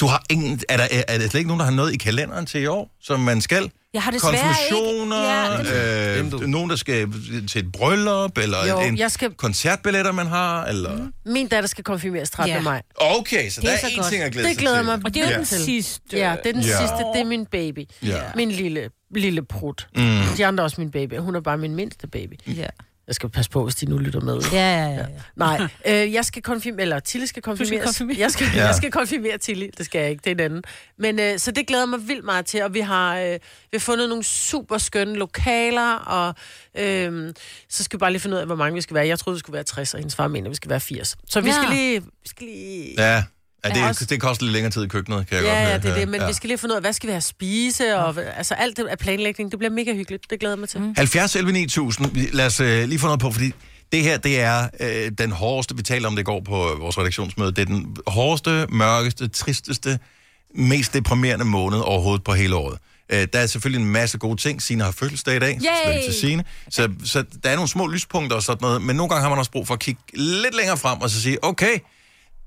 Speaker 1: Du har ingen... Er der, er der slet ikke nogen, der har noget i kalenderen til i år, som man skal?
Speaker 5: Jeg har desværre ikke-
Speaker 1: Konfirmationer,
Speaker 5: Ja.
Speaker 1: øh, nogen, der skal til et bryllup, eller
Speaker 3: Jo,
Speaker 1: en
Speaker 3: jeg skal-
Speaker 1: koncertbilletter, man har, eller... Mm.
Speaker 3: Min datter skal konfirmeres 13.
Speaker 1: Ja.
Speaker 3: maj.
Speaker 1: Okay, så
Speaker 3: Det
Speaker 1: der
Speaker 3: er
Speaker 1: er
Speaker 3: så
Speaker 1: én
Speaker 3: godt.
Speaker 1: ting at glæde
Speaker 3: Det
Speaker 1: sig
Speaker 3: glæder
Speaker 1: til.
Speaker 3: mig
Speaker 1: Ja.
Speaker 3: virkelig til. Ja, det er den
Speaker 1: Ja.
Speaker 3: sidste. Det er min baby.
Speaker 1: Ja.
Speaker 3: Min lille, lille prut.
Speaker 1: Mm.
Speaker 3: De andre er også min baby. Hun er bare min mindste baby.
Speaker 5: Ja.
Speaker 3: Jeg skal passe på, hvis de nu lytter med.
Speaker 5: Ja, ja, ja.
Speaker 3: Nej, øh, jeg skal konfirmere, eller Tilly skal konfirmeres.
Speaker 5: konfirmeres.
Speaker 3: Jeg, skal,
Speaker 5: Ja.
Speaker 3: jeg skal konfirmere Tilly, det skal jeg ikke, det er en anden. Men øh, så det glæder mig vildt meget til, og vi har, øh, vi har fundet nogle super skønne lokaler, og øh, så skal vi bare lige finde ud af, hvor mange vi skal være. Jeg troede, vi skulle være 60, og hendes far mener, vi skal være 80. Så vi
Speaker 5: Ja.
Speaker 3: ja. skal lige... Vi skal lige
Speaker 1: Ja, ja det,
Speaker 3: Ja,
Speaker 1: ja,
Speaker 3: også-
Speaker 1: det koster lidt længere tid i køkkenet, kan jeg godt
Speaker 3: ja,
Speaker 1: høre.
Speaker 3: ja, det er det, men
Speaker 1: Ja.
Speaker 3: ja. vi skal lige finde ud af, hvad skal vi have at spise, og altså alt det er planlægning, det bliver mega hyggeligt, det glæder jeg mig til. Mm.
Speaker 1: 70 11 9000. Vi- Lad os øh, lige få noget på, fordi det her, det er øh, den hårdeste, vi talte om det i går på øh, vores redaktionsmøde. Det er den hårdeste, mørkeste, tristeste, mest deprimerende måned overhovedet på hele året. Øh, der er selvfølgelig en masse gode ting. Sine har fødselsdag i dag,
Speaker 13: Yay!
Speaker 1: selvfølgelig til Sine. Så, så der er nogle små lyspunkter og sådan noget, men nogle gange har man også brug for at kigge lidt længere frem og så sige, okay,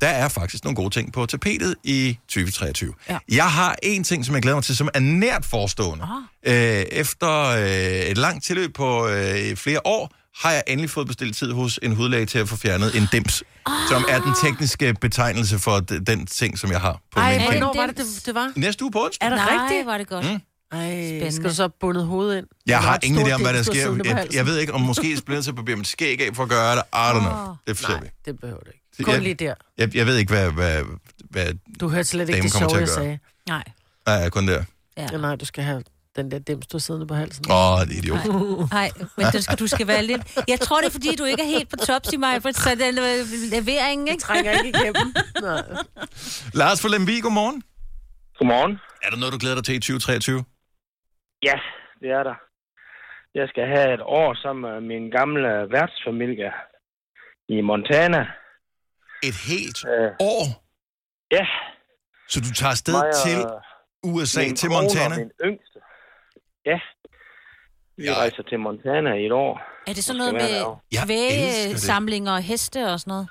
Speaker 1: der er faktisk nogle gode ting på tapetet i 2023. Ja. Jeg har en ting, som jeg glæder mig til, som er nært forestående. Ah. Øh, efter øh, et langt tilløb på øh, flere år, har jeg endelig fået bestilt tid hos en hudlæge til at få fjernet en dims, ah. som er den tekniske betegnelse for d- den ting, som jeg har på
Speaker 3: Ej,
Speaker 1: min kind.
Speaker 3: hvornår var det, det, det var?
Speaker 1: Næste uge på onsdag.
Speaker 3: Er det
Speaker 5: Nej,
Speaker 3: rigtigt?
Speaker 5: hvor er det godt.
Speaker 1: Mm.
Speaker 3: Ej, skal du så have bundet hovedet ind?
Speaker 1: Jeg
Speaker 3: Eller
Speaker 1: har
Speaker 3: et
Speaker 1: ingen
Speaker 3: stort
Speaker 1: idé om, hvad der
Speaker 3: dildo
Speaker 1: sker.
Speaker 3: siddende på
Speaker 1: Jeg,
Speaker 3: halsen?
Speaker 1: jeg ved ikke, om måske jeg bliver nødt til at barbere mit skæg af for at gøre det. I don't
Speaker 3: Ah.
Speaker 1: know. Det ser vi.
Speaker 3: Det behøver du ikke.
Speaker 1: Det-
Speaker 3: Kun
Speaker 1: jeg-
Speaker 3: lige der.
Speaker 1: Jeg, jeg ved ikke, hvad, hvad, hvad
Speaker 3: Du hørte slet ikke
Speaker 1: damen
Speaker 3: det
Speaker 1: kommer
Speaker 3: sjove, jeg
Speaker 1: til at gøre.
Speaker 3: sagde. Nej.
Speaker 1: Nej, jeg er kun der.
Speaker 3: Ja. Nej, du skal have den der dims, du har siddende på halsen.
Speaker 1: Åh, oh, det er idiot.
Speaker 5: Nej, men du skal, du skal være lidt... Jeg tror, det er, fordi du ikke er helt på tops i mig, for så den øh, levering, ikke?
Speaker 3: trænger ikke igennem.
Speaker 1: Lars fra Lemby, godmorgen.
Speaker 16: Godmorgen.
Speaker 1: Er der noget, du glæder dig til i 2023?
Speaker 16: Ja, det er der. Jeg skal have et år sammen med min gamle værtsfamilie i Montana.
Speaker 1: Et helt øh, år?
Speaker 16: Ja.
Speaker 1: Så du tager afsted
Speaker 16: Mig og
Speaker 1: til USA,
Speaker 16: min
Speaker 1: til
Speaker 16: kone og
Speaker 1: Montana?
Speaker 16: Min yngste. Ja. Vi ja. rejser til Montana i et år.
Speaker 5: Er det sådan
Speaker 16: Og
Speaker 5: noget
Speaker 16: skal være
Speaker 5: med
Speaker 16: derovre.
Speaker 5: kvægesamlinger og heste og sådan noget?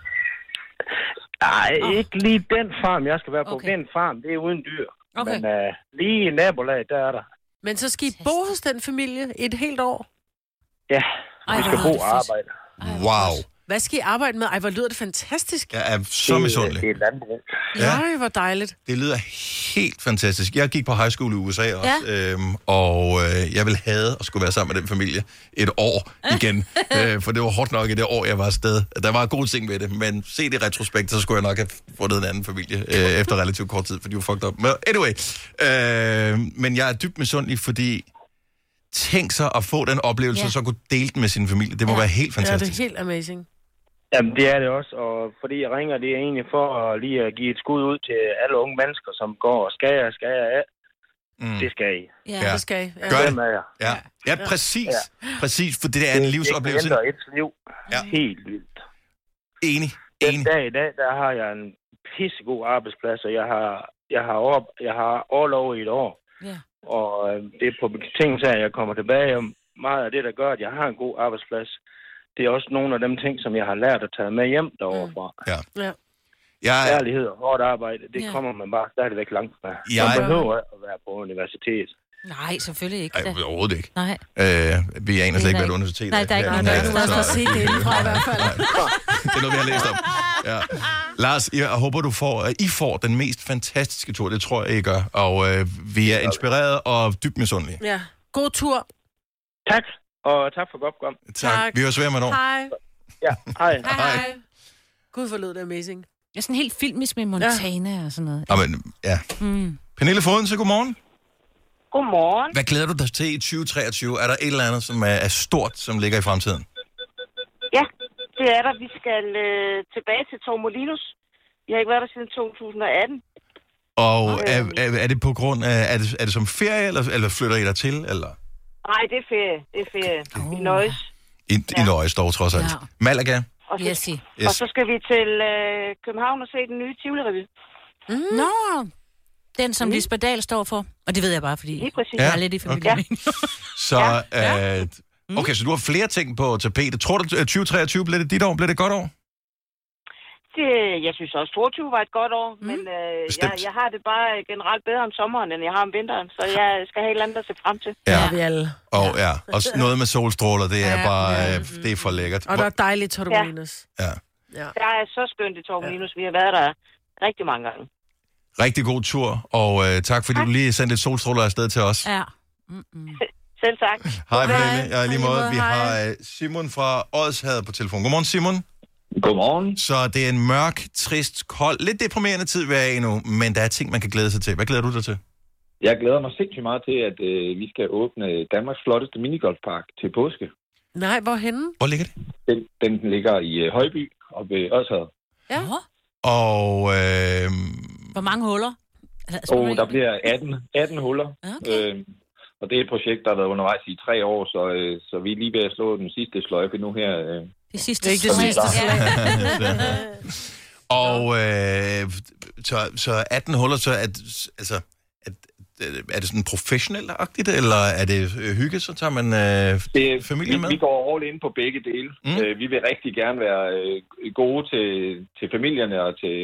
Speaker 16: Nej, ikke lige den farm, jeg skal være på. Okay. Den farm, det er uden dyr.
Speaker 3: Okay.
Speaker 16: Men uh, lige i nabolaget, der er der.
Speaker 3: Men så skal I bo hos den familie et helt år.
Speaker 16: Ja,
Speaker 3: Ej,
Speaker 16: vi
Speaker 3: hvor
Speaker 16: skal
Speaker 3: lyder
Speaker 16: bo
Speaker 3: det
Speaker 16: og
Speaker 3: fedt.
Speaker 16: arbejde.
Speaker 1: Wow.
Speaker 3: Hvad skal I arbejde med? Ej, hvor lyder det fantastisk.
Speaker 1: Jeg er så misundelig.
Speaker 16: Det er landbrug.
Speaker 1: Ja.
Speaker 3: Ej, hvor dejligt.
Speaker 1: Det lyder helt fantastisk. Jeg gik på high school i USA også, ja. øhm, og øh, jeg ville have at skulle være sammen med den familie et år igen, øh, for det var hårdt nok i det år, jeg var afsted. Der var gode ting ved det, men set i retrospekt, så skulle jeg nok have fundet en anden familie øh, efter relativt kort tid, for de var fucked up. Men anyway, øh, men jeg er dybt misundelig, fordi tænk sig at få den oplevelse,
Speaker 3: Ja.
Speaker 1: ja. og så kunne dele den med sin familie. Det må ja. være helt
Speaker 3: Ja, det
Speaker 1: fantastisk.
Speaker 3: er helt amazing.
Speaker 16: Jamen, det er det også, og fordi jeg ringer, det er egentlig for at lige at give et skud ud til alle unge mennesker, som går og skal jeg, skal jeg af.
Speaker 1: Mm.
Speaker 16: Det skal I.
Speaker 3: Ja, det skal I. Ja.
Speaker 1: Gør
Speaker 16: Hvem er jeg?
Speaker 1: det. Ja. ja, præcis.
Speaker 16: Ja.
Speaker 1: Præcis, for det er en livsoplevelse.
Speaker 16: Det ændrer ens liv. Ja. Helt vildt.
Speaker 1: Enig.
Speaker 16: Enig. Den dag i dag, der har jeg en pissegod arbejdsplads, og jeg har, jeg har, op, jeg har overlov i et år.
Speaker 5: Ja.
Speaker 16: Og øh, det er på betingelse af, at jeg kommer tilbage. Og meget af det, der gør, at jeg har en god arbejdsplads, det er også nogle af dem ting, som jeg har lært at tage med hjem derovre fra.
Speaker 1: Ja.
Speaker 3: Ja.
Speaker 1: Jeg-
Speaker 16: Ærlighed og hårdt arbejde, det
Speaker 5: Ja.
Speaker 16: ja. kommer man bare stadigvæk langt fra.
Speaker 1: Jeg-
Speaker 16: Man behøver ikke at være på universitet.
Speaker 5: Nej, selvfølgelig ikke. da.
Speaker 1: Ej, overhovedet ikke.
Speaker 5: Nej.
Speaker 1: Øh, vi aner slet ikke, hvad et universitet
Speaker 5: Nej, der er ikke
Speaker 1: her i
Speaker 5: nogen, der
Speaker 1: landet,
Speaker 5: er
Speaker 1: så-
Speaker 5: for at se det indenfra i hvert fald.
Speaker 1: Det er noget, vi har læst om. Ja. Lars, jeg håber, du får, at I får den mest fantastiske tur. Det tror jeg, I gør. Og øh, vi er inspireret og dybt misundelige.
Speaker 3: Ja. God tur.
Speaker 16: Tak, og tak for godt kom.
Speaker 1: Tak. Vi høres ved om et år.
Speaker 3: Hej.
Speaker 16: Ja, hej.
Speaker 1: Hej.
Speaker 3: Gud, hvor lød det amazing.
Speaker 5: Jeg er sådan helt filmisk med Montana ja. og sådan noget.
Speaker 1: Jamen, ja.
Speaker 5: Mm.
Speaker 1: Pernille Foden, så godmorgen.
Speaker 17: Godmorgen.
Speaker 1: Hvad glæder du dig til i 2023? Er der et eller andet, som er, er stort, som ligger i fremtiden?
Speaker 17: Ja, det er der. Vi skal øh, tilbage til Tormolinos. Jeg har ikke været der siden 2018.
Speaker 1: Og er, er, er det på grund af, er det, er det som ferie, eller, eller flytter I dig til? Eller?
Speaker 17: Nej, det er ferie. Det er ferie. Vi nøjes.
Speaker 1: I, ja. I nøjes dog, trods alt.
Speaker 17: Ja.
Speaker 1: Ja. Malaga?
Speaker 17: Og så,
Speaker 1: Yes.
Speaker 17: og så skal vi til øh, København og se den nye Tivoli-revy.
Speaker 5: Mm. Nå, den som Lisbeth Dahl står for. Og det ved jeg bare, fordi
Speaker 17: præcis.
Speaker 5: jeg er
Speaker 1: Ja,
Speaker 5: lidt i familie.
Speaker 1: okay.
Speaker 5: med hende.
Speaker 1: Så, ja. øh, okay, så du har flere ting på tapetet. Tror du, at 2023 bliver det dit år? Bliver det et godt år?
Speaker 17: Det, jeg synes også, 22 var et godt år, mm. men øh, jeg,
Speaker 1: Bestemt.
Speaker 17: jeg har det bare øh, generelt bedre om sommeren, end jeg har om vinteren, så jeg skal have et eller andet at se frem til.
Speaker 1: Ja.
Speaker 3: Vi alle.
Speaker 1: Og ja, og s- noget med solstråler, det er
Speaker 3: Ja,
Speaker 1: bare, øh, det er for lækkert.
Speaker 3: Og der er dejligt Tordomolinos.
Speaker 1: Ja.
Speaker 3: Ja.
Speaker 17: Der er så skønt i Tormolinos. Vi har været der rigtig mange gange.
Speaker 1: Rigtig god tur, og øh, tak fordi du lige sendte et solstråler afsted til os.
Speaker 5: Ja.
Speaker 17: Selv tak.
Speaker 1: Hej, Pernille. Ja, lige
Speaker 17: Hej,
Speaker 1: måde. Vi
Speaker 17: hej.
Speaker 1: har øh, Simon fra Odshavet på telefon. Godmorgen, Simon.
Speaker 18: Godmorgen.
Speaker 1: Så det er en mørk, trist, kold, lidt deprimerende tid, vi er i nu, men der er ting, man kan glæde sig til. Hvad glæder du dig til?
Speaker 18: Jeg glæder mig sindssygt meget til, at øh, vi skal åbne Danmarks flotteste minigolfpark til påske.
Speaker 3: Nej, hvorhenne?
Speaker 1: Hvor ligger det?
Speaker 18: Den, den, den ligger i øh, Højby og ved Odshavet.
Speaker 3: Ja.
Speaker 1: Og øh,
Speaker 5: Hvor mange huller? Altså,
Speaker 18: Og der bliver 18, 18 huller. Okay. Øh, og det er et projekt, der har været undervejs i tre år, så, øh, så vi er lige ved at slå den sidste sløjfe nu her. Øh.
Speaker 5: Det sidste
Speaker 18: Det er ikke
Speaker 5: slag.
Speaker 18: det sidste slag.
Speaker 1: og øh, så, så 18 huller, så at, altså, at øh, er det sådan professionelt-agtigt, eller er det øh, hygge, så tager man øh, det, familien med?
Speaker 18: Vi, vi går all in på begge dele. Mm. Øh, vi vil rigtig gerne være øh, gode til, til familierne og til,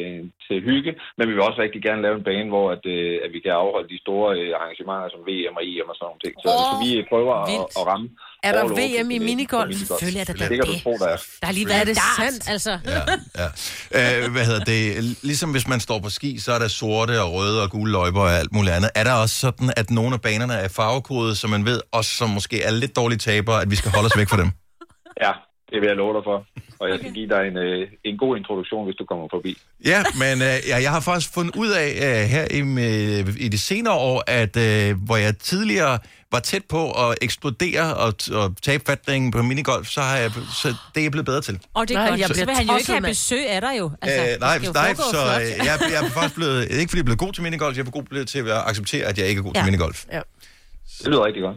Speaker 18: til hygge, men vi vil også rigtig gerne lave en bane, hvor at, øh, at vi kan afholde de store øh, arrangementer som VM og EM og sådan nogle ting. Så,
Speaker 3: Åh,
Speaker 18: så vi øh, prøver at,
Speaker 3: vildt.
Speaker 18: at ramme.
Speaker 3: Er der
Speaker 18: all over
Speaker 3: VM i
Speaker 18: på
Speaker 3: minigolf?
Speaker 5: Selvfølgelig er der
Speaker 18: det. kan
Speaker 5: det.
Speaker 18: du tro, der er.
Speaker 5: Der har lige
Speaker 1: Hvad
Speaker 5: været
Speaker 1: er det
Speaker 5: dart, altså. Ja.
Speaker 1: Øh, hvad hedder det? Ligesom hvis man står på ski, så er der sorte og røde og gule løjper og alt muligt andet. Er der også sådan, at nogle af banerne er farvekodet, så man ved, os som måske er lidt dårlige tabere, at vi skal holde os væk fra dem?
Speaker 18: Ja, det vil jeg love dig for. Og jeg skal give dig en, øh, en god introduktion, hvis du kommer forbi.
Speaker 1: Ja, men øh, ja, jeg har faktisk fundet ud af øh, her i, øh, i de senere år, at øh, hvor jeg tidligere var tæt på at eksplodere og, og tabe fatningen på minigolf, så, har jeg, så det er jeg blevet bedre til.
Speaker 5: Og det er
Speaker 3: Nej,
Speaker 5: godt,
Speaker 3: jeg
Speaker 5: så
Speaker 3: bliver
Speaker 5: vil han jo ikke
Speaker 3: tosset,
Speaker 5: have
Speaker 3: mand.
Speaker 5: besøg af dig jo.
Speaker 1: Altså, øh,
Speaker 5: det
Speaker 1: nej,
Speaker 5: skal jo
Speaker 1: nej
Speaker 5: foregå
Speaker 1: så
Speaker 5: flot.
Speaker 1: øh, jeg, jeg er faktisk blevet, ikke fordi jeg er blevet god til minigolf, jeg er god blevet til at acceptere, at jeg ikke er god ja.
Speaker 5: Ja.
Speaker 1: til minigolf.
Speaker 3: Ja.
Speaker 18: Det lyder rigtig godt.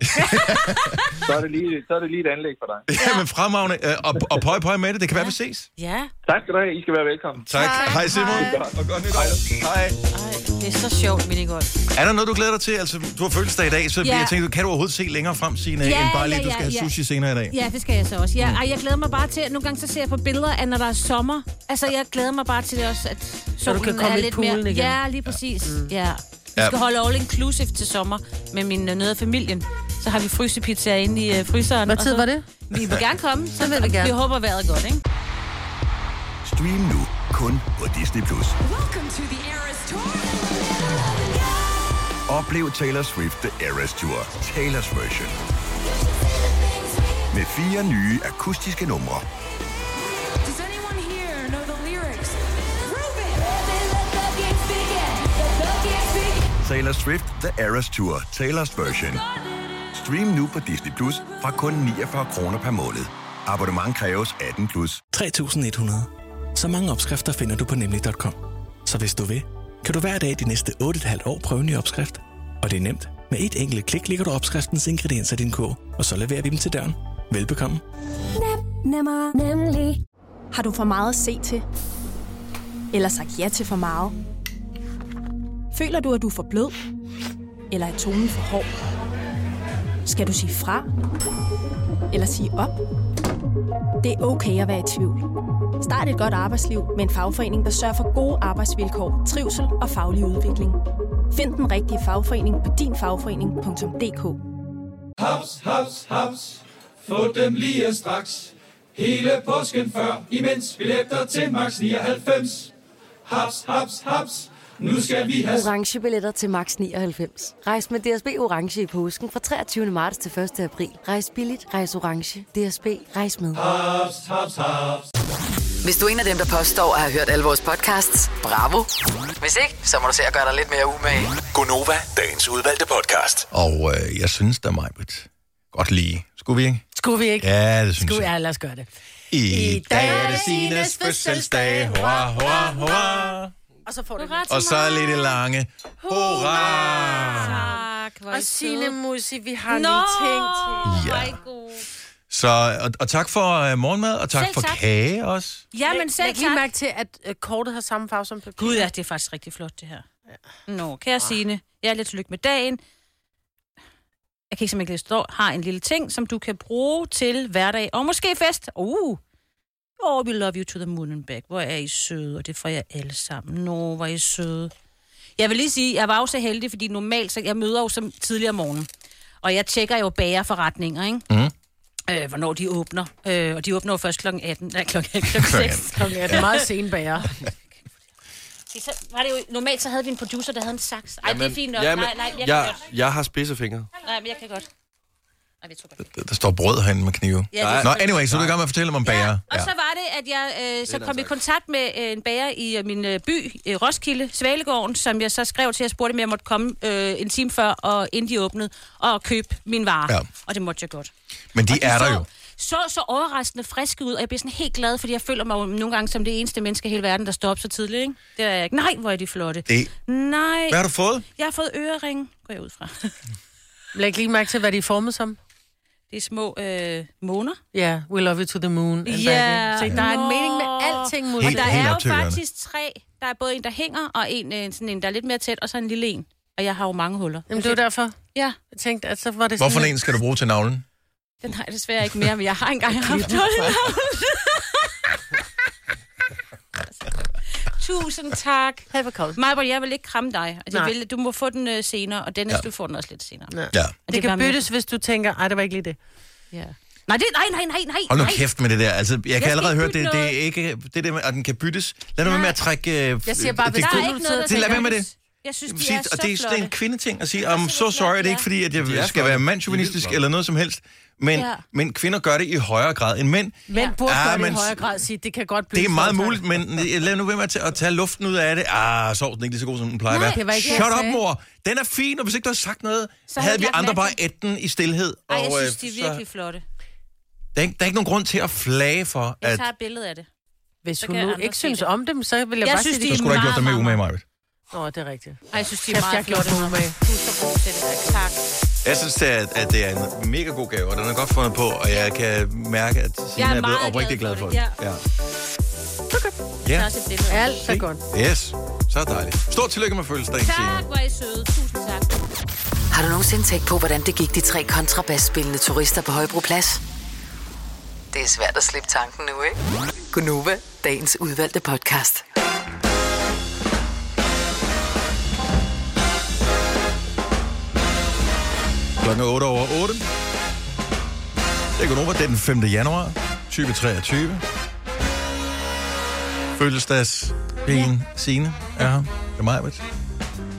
Speaker 18: så, er det lige, så er det lige et anlæg for dig.
Speaker 1: Ja, men fremragende, øh, og, og pøj, pøj med det, det kan være, vi ses.
Speaker 5: Ja.
Speaker 18: Tak skal du have. I skal være velkommen.
Speaker 1: Tak. Hej, hej Simon. Og godt nytår. Hej.
Speaker 5: Det er så sjovt, minigolf.
Speaker 1: Er der noget, du glæder dig til? Altså, du har fødselsdag i dag, så
Speaker 5: Ja.
Speaker 1: jeg tænkte, kan du overhovedet se længere frem, Signe,
Speaker 5: Ja,
Speaker 1: end bare lige,
Speaker 5: ja,
Speaker 1: du skal
Speaker 5: ja,
Speaker 1: have
Speaker 5: ja.
Speaker 1: sushi senere i dag?
Speaker 5: Ja, det skal jeg så også. Jeg, ej, jeg glæder mig bare til, at nogle gange så ser jeg på billeder, at når der er sommer, altså jeg glæder mig bare til det også, at solen
Speaker 3: du kan komme
Speaker 5: er
Speaker 3: i
Speaker 5: lidt
Speaker 3: poolen
Speaker 5: mere...
Speaker 3: igen.
Speaker 5: Ja, lige præcis. Ja. Mm. ja. Vi
Speaker 1: Ja.
Speaker 5: skal holde all inclusive til sommer med min øh, nød af familien. Så har vi frysepizza inde i øh, fryseren.
Speaker 3: Hvad
Speaker 5: og
Speaker 3: tid
Speaker 5: så-
Speaker 3: var det?
Speaker 5: Vi vil gerne komme, så
Speaker 3: Det vil vi gerne.
Speaker 5: vi håber vejret er godt, ikke?
Speaker 19: Stream nu kun på Disney+. Plus.
Speaker 13: Welcome to the Eras Tour.
Speaker 19: Oplev Taylor Swift The Eras Tour, Taylor's version. Med fire nye akustiske numre.
Speaker 13: Does anyone here know the lyrics?
Speaker 19: Taylor Swift The Eras Tour, Taylor's version. Stream nu på Disney Plus fra kun 49 kroner per måned. Abonnement kræves 18 plus.
Speaker 20: 3100. Så mange opskrifter finder du på nemlig.com. Så hvis du vil, kan du hver dag de næste 8,5 år prøve en ny opskrift. Og det er nemt. Med et enkelt klik ligger du opskriftens ingredienser i din kog, og så leverer vi dem til døren. Velbekomme.
Speaker 9: Nemmer, nemlig. Har du for meget at se til? Eller sagt ja til for meget? Føler du, at du er for blød? Eller er tonen for hård? Skal du sige fra? Eller sige op? Det er okay at være i tvivl. Start et godt arbejdsliv med en fagforening, der sørger for gode arbejdsvilkår, trivsel og faglig udvikling. Find den rigtige fagforening på dinfagforening.dk.
Speaker 21: Haps, haps, haps. Få dem lige straks. Hele påsken før, imens vi læfter til max 99. Haps, haps, haps. Nu skal vi have...
Speaker 11: orange billetter til max 99. Rejs med DSB orange i påsken fra 23. marts til 1. april. Rejs billigt, rejs orange. DSB rejs med.
Speaker 21: Haps, haps, haps.
Speaker 6: Hvis du er en af dem, der påstår at have hørt alle vores podcasts, bravo. Hvis ikke, så må du se at gøre dig lidt mere umage.
Speaker 19: Gonova, dagens udvalgte podcast.
Speaker 1: Og øh, jeg synes da, Majbrit, godt lige. Skulle vi ikke?
Speaker 3: Skulle vi ikke?
Speaker 1: Ja, det synes
Speaker 3: Skulle,
Speaker 1: jeg.
Speaker 3: Ja, lad os gøre det.
Speaker 1: I dag er det Sines fødselsdag. Hurra, hurra, hurra.
Speaker 3: Og så får du
Speaker 1: Og så er lidt lange. Hurra!
Speaker 3: Og Signe Musi, vi har
Speaker 5: Nå!
Speaker 3: lige tænkt.
Speaker 1: Ja. Så, og, og tak for uh, morgenmad, og tak
Speaker 3: Selv
Speaker 1: for
Speaker 3: tak.
Speaker 1: kage også.
Speaker 5: Ja, men selv
Speaker 3: Læg lige
Speaker 5: tak.
Speaker 3: mærke til, at øh, kortet har samme farve som papir.
Speaker 5: Gud, ja, det er faktisk rigtig flot, det her. Ja. Nå, kære Signe, jeg er lidt tillykke med dagen. Jeg kan ikke simpelthen ikke læse, der står, har en lille ting, som du kan bruge til hverdag, og måske fest. Uh, oh, we love you to the moon and back. Hvor er I søde, og det får jeg alle sammen. Nå, hvor er I søde. Jeg vil lige sige, jeg var jo så heldig, fordi normalt, så jeg møder jo som tidligere om morgenen. Og jeg tjekker jo bagerforretninger, ikke?
Speaker 1: Mm.
Speaker 5: Øh, hvornår de åbner. Øh, og de åbner jo først klokken 18. Nej, klokken 18. Klokken 6.
Speaker 3: Klokken atten. Meget sen bager.
Speaker 5: Se, Så var det jo, normalt så havde vi en producer, der havde en saks. Ej, det er fint nok.
Speaker 4: jamen,
Speaker 5: nej, nej, jeg,
Speaker 4: jeg,
Speaker 5: kan godt.
Speaker 4: jeg har spidsefingre.
Speaker 5: Nej, men jeg kan godt. Ej, jeg tog godt.
Speaker 1: Der står brød herinde med knive.
Speaker 5: Ja, det er
Speaker 1: Nå,
Speaker 5: selvfølgelig.
Speaker 1: anyway, så er du i gang med at fortælle mig om bager.
Speaker 5: Og så var det, at jeg øh, så
Speaker 1: Det er
Speaker 5: kom
Speaker 1: da
Speaker 5: i kontakt med øh, en bager i øh, min øh, by, øh, Roskilde, Svalegården, som jeg så skrev til, at jeg spurgte, om jeg måtte komme øh, en time før, og inden de åbnede, og købe min vare.
Speaker 1: Ja.
Speaker 5: Ja. Og det måtte jeg godt.
Speaker 1: Men de, de er der jo.
Speaker 5: så, så overraskende friske ud, og jeg bliver sådan helt glad, fordi jeg føler mig jo nogle gange som det eneste menneske i hele verden, der står op så tidligt, ikke? Det er jeg ikke. Nej, hvor er de flotte.
Speaker 1: Det,
Speaker 5: Nej.
Speaker 1: Hvad har du fået?
Speaker 5: Jeg har fået ørering, går jeg ud fra.
Speaker 3: Læg lige mærke til, hvad de er formet som.
Speaker 5: Det er små øh, måner.
Speaker 3: Ja, yeah, we love you to the moon. and back in. Se, der er en mening med alting.
Speaker 5: Og
Speaker 3: Musi.
Speaker 5: der er jo faktisk tre. Der er både en, der hænger, og en, øh, sådan en, der er lidt mere tæt, og så en lille en. Og jeg har jo mange huller.
Speaker 3: Jamen, det var derfor.
Speaker 5: Ja.
Speaker 3: Jeg tænkte, at så var det
Speaker 1: Hvorfor
Speaker 3: sådan...
Speaker 1: en skal du bruge til navlen?
Speaker 5: Den har jeg desværre ikke mere, men jeg har engang haft hul. Tusind tak.
Speaker 3: Hej, velkommen.
Speaker 5: Majbert, jeg vil ikke kramme dig. Altså, jeg
Speaker 3: Nej.
Speaker 5: vil, du må få den øh, senere, og Dennis, ja. du får den også lidt senere.
Speaker 3: Ja.
Speaker 1: Ja.
Speaker 3: Det, det kan byttes, hvis du tænker, ej, det var ikke lige det.
Speaker 5: Ja. Nej, det, nej, nej, nej, nej.
Speaker 1: Hold nu
Speaker 5: nej.
Speaker 1: kæft med det der. Altså, jeg,
Speaker 5: Jeg
Speaker 1: kan
Speaker 5: skal
Speaker 1: allerede
Speaker 5: ikke
Speaker 1: høre,
Speaker 5: bytte
Speaker 1: det, det er
Speaker 5: noget.
Speaker 1: ikke det der med, at den kan byttes. Lad nu være med at trække... øh,
Speaker 5: Jeg siger bare,
Speaker 1: det-
Speaker 5: hvis der er
Speaker 1: det-
Speaker 5: ikke noget, der
Speaker 1: det, lad
Speaker 5: tænker-
Speaker 1: være med det.
Speaker 5: Jeg synes, de
Speaker 1: Sige,
Speaker 5: er så
Speaker 1: og det, er- det er en
Speaker 5: flotte.
Speaker 1: kvindeting at sige, I'm so sorry, det er ikke fordi, at
Speaker 4: De er
Speaker 1: jeg skal
Speaker 4: flotte.
Speaker 1: være mandsjuvenistisk
Speaker 4: De er
Speaker 1: eller noget som helst. Men,
Speaker 3: Ja.
Speaker 1: men kvinder gør det i højere grad end mænd.
Speaker 3: Men burde
Speaker 1: Ah,
Speaker 3: godt
Speaker 1: men-
Speaker 3: i højere grad sige, det kan godt blive...
Speaker 1: Det er meget
Speaker 3: sådan.
Speaker 1: muligt, men lad nu være med at tage- at tage luften ud af det. Ah, sovsen er ikke lige så god, som den plejer at
Speaker 3: Nej,
Speaker 1: være.
Speaker 3: det var ikke det,
Speaker 1: Shut
Speaker 3: jeg
Speaker 1: up,
Speaker 3: sagde.
Speaker 1: mor. Den er fin, og hvis ikke du har sagt noget,
Speaker 5: Så
Speaker 1: så
Speaker 5: havde
Speaker 1: havde
Speaker 5: jeg
Speaker 1: vi
Speaker 5: lagt
Speaker 1: andre bare
Speaker 5: mærke
Speaker 1: ætten i stillhed.
Speaker 5: Ej, jeg synes,
Speaker 1: øh,
Speaker 5: de er
Speaker 1: så-
Speaker 5: virkelig flotte.
Speaker 1: Der er, ikke, der er ikke nogen grund til at flage for,
Speaker 5: Jeg
Speaker 1: at...
Speaker 5: tager et billede af det.
Speaker 3: Hvis
Speaker 5: Så
Speaker 3: hun
Speaker 5: kan
Speaker 3: nu
Speaker 5: andre
Speaker 3: ikke
Speaker 5: se
Speaker 3: synes
Speaker 5: det.
Speaker 3: om dem, så vil jeg,
Speaker 5: Jeg
Speaker 3: bare
Speaker 5: synes,
Speaker 3: sige,
Speaker 5: de
Speaker 1: Så skulle du ikke gjort dig med umage, Maja.
Speaker 3: Åh, oh, det er rigtigt.
Speaker 5: Ej, jeg synes, de er
Speaker 3: Kæft,
Speaker 5: meget
Speaker 3: jeg gjorde
Speaker 5: flotte.
Speaker 3: mig umage.
Speaker 5: Husk at bruge til det. Tak.
Speaker 1: Jeg synes, det er, at det er en mega god gave, og den er godt fundet på, og jeg kan mærke, at Signe
Speaker 5: Jeg
Speaker 1: er,
Speaker 5: er
Speaker 1: er blevet
Speaker 5: meget
Speaker 1: oprigtig glad for det.
Speaker 5: Ja.
Speaker 1: Ja.
Speaker 5: Der
Speaker 1: Ja.
Speaker 5: er også et billede.
Speaker 3: Alt er godt.
Speaker 1: Yes, så dejligt. Stort tillykke med fødselsdagen, Signe.
Speaker 5: Tak, hvor er I søde. Tusind tak.
Speaker 6: Har du nogensinde tænkt på, hvordan det gik de tre kontrabasspillende turister på Højbroplads? Det er svært at slippe tanken nu, ikke? Gunova, dagens udvalgte podcast.
Speaker 1: Klokken er 8 over 8. Det går over den 5. januar 2023. Fødselsdags pigen Signe er her. Det er mig,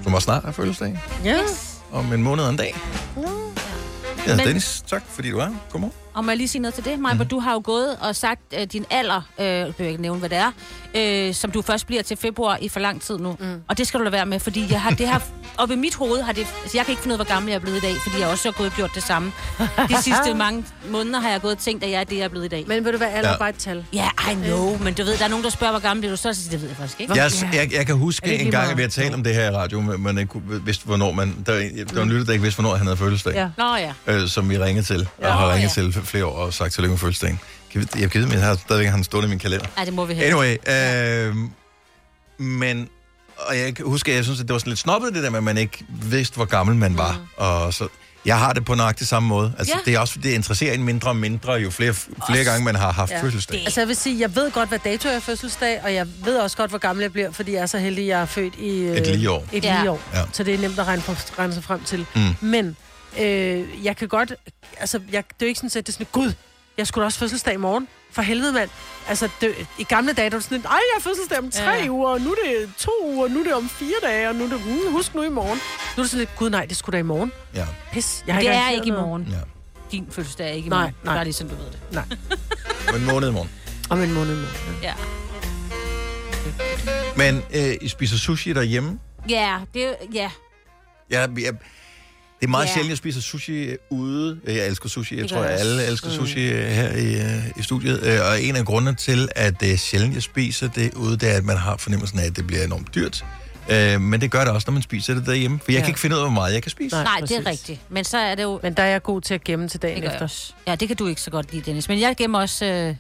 Speaker 1: som også snart er fødselsdag.
Speaker 3: Yes.
Speaker 1: Om en måned og en dag. Jeg hedder Dennis. Tak, fordi du er her. Godmorgen.
Speaker 5: Og må jeg lige sige noget til det, Maja, mm. du har jo gået og sagt øh, din alder, øh, jeg behøver ikke nævne, hvad det er, øh, som du først bliver til februar i for lang tid nu. Mm. Og det skal du lade være med, fordi jeg har, det har, oppe i mit hoved har det, altså jeg kan ikke finde ud af, hvor gammel jeg er blevet i dag, fordi jeg også har gået og gjort det samme. De sidste mange måneder har jeg gået og tænkt, at jeg er det, jeg er blevet i dag.
Speaker 3: Men vil du være alder
Speaker 1: Ja.
Speaker 3: ja. bare et tal? Øh.
Speaker 5: Ja, I know, men du ved, der er nogen, der spørger, hvor gammel bliver du, så siger jeg, det ved jeg faktisk ikke.
Speaker 1: Jeg, jeg, jeg kan
Speaker 5: Er det
Speaker 1: huske
Speaker 5: ikke
Speaker 1: en
Speaker 5: lige
Speaker 1: gang, at vi har talt om det her i radioen, men man ikke kunne- vidste, hvornår man... Der, var en- der var en lytter, der ikke vidste, hvornår han havde fødselsdag.
Speaker 5: Ja. Nå ja.
Speaker 1: øh, som vi ringede til, og har ringet til flere år og sagt tillykke med fødselsdagen. Kan vi- Jeg kan vide, men jeg har stadigvæk han stående i min kalender.
Speaker 5: Ja, det må vi have.
Speaker 1: Anyway, øh, men og jeg kan huske, at jeg synes, at det var sådan lidt snobbet, det der med, at man ikke vidste, hvor gammel man
Speaker 5: Mm.
Speaker 1: var. Og så, jeg har det på nøjagtig samme måde. Altså,
Speaker 3: Ja.
Speaker 1: det er også, det interesserer en mindre og mindre, jo flere, flere gange man har haft ja. fødselsdag.
Speaker 3: Altså jeg vil sige, jeg ved godt, hvad dato jeg er fødselsdag, og jeg ved også godt, hvor gammel jeg bliver, fordi jeg er så heldig, at jeg er født i... øh,
Speaker 1: Et lige år.
Speaker 3: Et
Speaker 1: Ja.
Speaker 3: ja. lige år.
Speaker 1: Ja.
Speaker 3: Ja. Så det er nemt at regne, på, regne sig frem til.
Speaker 1: Mm.
Speaker 3: Mm. Men øh, jeg kan godt... Altså, jeg, det er jo ikke sådan, at det er sådan, gud, jeg skulle da også fødselsdag i morgen. For helvede, mand. Altså, det, i gamle dage, der var det sådan, lidt, ej, jeg har fødselsdag om tre
Speaker 5: Ja.
Speaker 3: ja. uger, og nu er det to uger, nu er det om fire dage, og nu er det, mm, husk nu i morgen. Nu er det sådan lidt, gud nej, det skulle da i morgen.
Speaker 1: Ja.
Speaker 3: Pis, jeg
Speaker 5: Jeg
Speaker 3: har
Speaker 5: det er
Speaker 3: arrangeret
Speaker 5: ikke i
Speaker 3: noget.
Speaker 5: morgen.
Speaker 1: Ja.
Speaker 5: Din fødselsdag er ikke i
Speaker 3: Nej,
Speaker 5: morgen. Nej, nej.
Speaker 3: nej.
Speaker 5: Bare lige sådan, du ved det.
Speaker 3: Nej.
Speaker 1: Om en måned i morgen.
Speaker 3: Om en måned i morgen.
Speaker 5: Ja.
Speaker 1: Men øh, I spiser sushi derhjemme.
Speaker 5: Ja, det er jo- ja.
Speaker 1: Jeg, jeg, det er meget
Speaker 5: Ja.
Speaker 1: yeah. sjældent, jeg spiser sushi øh, ude. Jeg elsker sushi. Jeg
Speaker 5: Det
Speaker 1: tror,
Speaker 5: gør jeg
Speaker 1: at alle
Speaker 5: også.
Speaker 1: elsker
Speaker 5: Mm.
Speaker 1: sushi øh, her i, øh, i studiet. Øh, Og en af grundene til, at det er sjældent, jeg spiser det ude, det er, at man har fornemmelsen af, at det bliver enormt dyrt. Øh, Men det gør det også, når man spiser det derhjemme. For jeg ja. kan
Speaker 3: Ja.
Speaker 1: ikke finde ud af, hvor meget jeg kan spise.
Speaker 5: Nej, Nej det er
Speaker 3: præcis.
Speaker 5: rigtigt. Men så er det jo...
Speaker 3: Men der er jeg god til at gemme til dagen
Speaker 5: Det gør jeg
Speaker 3: efter.
Speaker 5: også. Ja, det kan du ikke så godt lide, Dennis. Men jeg gemmer også øh,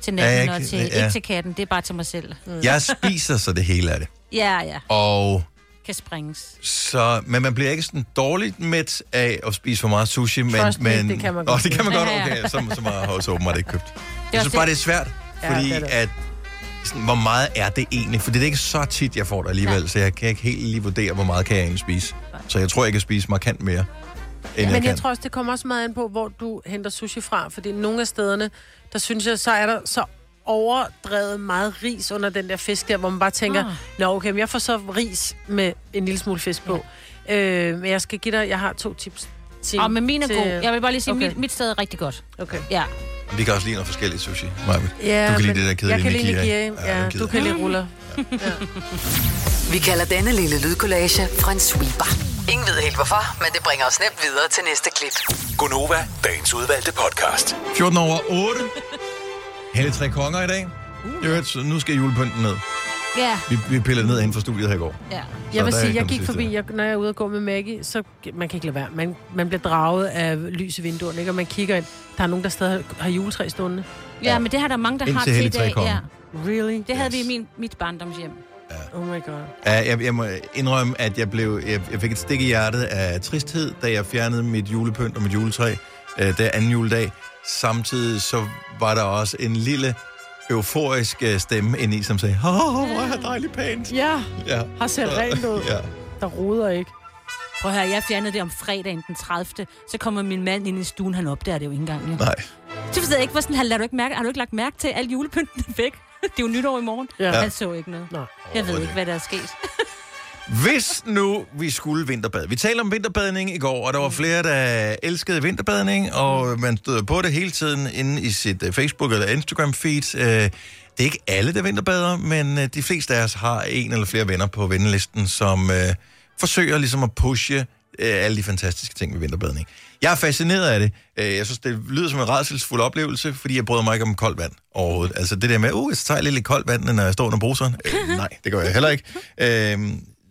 Speaker 5: til
Speaker 1: Ja, jeg
Speaker 5: natten ja, og
Speaker 1: kan-
Speaker 5: til,
Speaker 1: ja.
Speaker 5: ja. ikke til katten. Det er bare til mig selv. Mm.
Speaker 1: Jeg spiser så det hele af det.
Speaker 5: Ja, ja.
Speaker 1: Og
Speaker 5: Kan springes.
Speaker 1: så, men man bliver ikke sådan dårligt mæt af at spise for meget sushi. Men,
Speaker 5: Trust me,
Speaker 1: men,
Speaker 5: det kan man
Speaker 1: Nå,
Speaker 5: godt.
Speaker 1: det kan man godt,
Speaker 5: Ja, ja.
Speaker 1: okay. Så, så meget har jeg så åbenbart ikke købt.
Speaker 5: også
Speaker 1: Jeg synes bare,
Speaker 5: det.
Speaker 1: det er svært,
Speaker 5: Ja,
Speaker 1: fordi
Speaker 5: det er
Speaker 1: ja, det
Speaker 5: det.
Speaker 1: at sådan, hvor meget er det egentlig? For det er ikke så tit, jeg får det alligevel, så jeg kan ikke helt lige vurdere, hvor meget kan jeg egentlig spise. Så jeg tror, jeg kan spise markant mere, end jeg
Speaker 3: Men
Speaker 1: kan.
Speaker 3: jeg tror også, det kommer også meget an på, hvor du henter sushi fra. Fordi nogle af stederne, der synes jeg, så er der så overdrevet meget ris under den der fisk der, hvor man bare tænker,
Speaker 5: Ah.
Speaker 3: ah. nå okay, men jeg får så ris med en lille smule fisk på. Øh, men jeg skal give dig, jeg har to tips. til-
Speaker 5: Og med Ah, min er
Speaker 3: til-
Speaker 5: god. Jeg vil bare lige sige, okay.
Speaker 3: Okay.
Speaker 5: mit, mit sted er rigtig godt.
Speaker 3: Okay.
Speaker 5: Ja.
Speaker 1: Vi kan også lide noget forskelligt sushi, Maja.
Speaker 3: Ja,
Speaker 1: du kan lide
Speaker 3: men
Speaker 1: det der kedelige
Speaker 3: Jeg kan lide
Speaker 1: nigiri.
Speaker 3: nigiri, ja,
Speaker 1: den
Speaker 3: ja,
Speaker 1: gider
Speaker 3: du kan
Speaker 1: jeg.
Speaker 3: lide ruller.
Speaker 6: Vi kalder denne lille lydkollage en sweeper. Ingen ved helt hvorfor, men det bringer os nemt videre til næste klip.
Speaker 2: Gunova, dagens udvalgte podcast.
Speaker 1: 14 over 8. Hellige tre konger i dag.
Speaker 3: Uh.
Speaker 1: I øvrigt, så nu skal julepynten ned.
Speaker 5: Ja.
Speaker 1: Vi, vi pillede ned inden for studiet her i går.
Speaker 5: Ja.
Speaker 1: der
Speaker 3: Jeg vil
Speaker 1: er
Speaker 3: sige,
Speaker 1: ikke
Speaker 3: jeg
Speaker 1: nogen
Speaker 3: gik
Speaker 1: sidste
Speaker 3: forbi, jeg, når jeg er ude og gå med Maggie, så man kan ikke lade være. Man, man bliver draget af lys i vinduerne, ikke? og man kigger ind. Der er nogen, der stadig har, har juletræ stående.
Speaker 5: Ja, men det har der mange, der
Speaker 3: Indtil
Speaker 5: har til i
Speaker 3: Hellig Tre
Speaker 5: dag.
Speaker 3: kommer.
Speaker 5: Ja.
Speaker 3: Really?
Speaker 5: Det havde vi i min, mit barndomshjem.
Speaker 3: Oh my god.
Speaker 1: Uh, jeg, jeg må indrømme, at jeg, blev, jeg, jeg fik et stik i hjertet af tristhed, da jeg fjernede mit julepynt og mit juletræ uh, der anden juledag. Samtidig så var der også en lille euforisk øh, stemme ind i, som sagde, "Åh, hvor er det dejligt pænt.
Speaker 3: Ja,
Speaker 1: ja.
Speaker 3: har set rent ud.
Speaker 1: Ja.
Speaker 3: Der roder ikke.
Speaker 5: Prøv at høre, jeg fjernede det om fredagen den 30. Så kommer min mand ind i stuen, han opdager det jo ikke engang. Jo.
Speaker 1: Nej.
Speaker 5: Så forstår jeg ikke, hvor sådan, har, du ikke mærke, har du ikke lagt mærke til, at al julepynten er væk? Det er jo nytår i morgen.
Speaker 1: Ja.
Speaker 5: Ja. Han så ikke noget.
Speaker 3: Nej.
Speaker 5: Jeg ved ikke, hvad der er sket.
Speaker 1: Hvis nu vi skulle vinterbade. Vi talte om vinterbadning i går, og der var flere, der elskede vinterbadning, og man støder på det hele tiden inde i sit øh, Facebook- eller Instagram-feed. Øh, Det er ikke alle, der vinterbader, men øh, de fleste af os har en eller flere venner på vendelisten, som øh, forsøger ligesom at pushe øh, alle de fantastiske ting ved vinterbadning. Jeg er fascineret af det. Øh, Jeg synes, det lyder som en redselsfuld oplevelse, fordi jeg bryder mig ikke om koldt vand overhovedet. Altså det der med, uh, jeg tager lidt lidt koldt vand, når jeg står under bruseren. Øh, nej, det gør jeg heller ikke. Øh,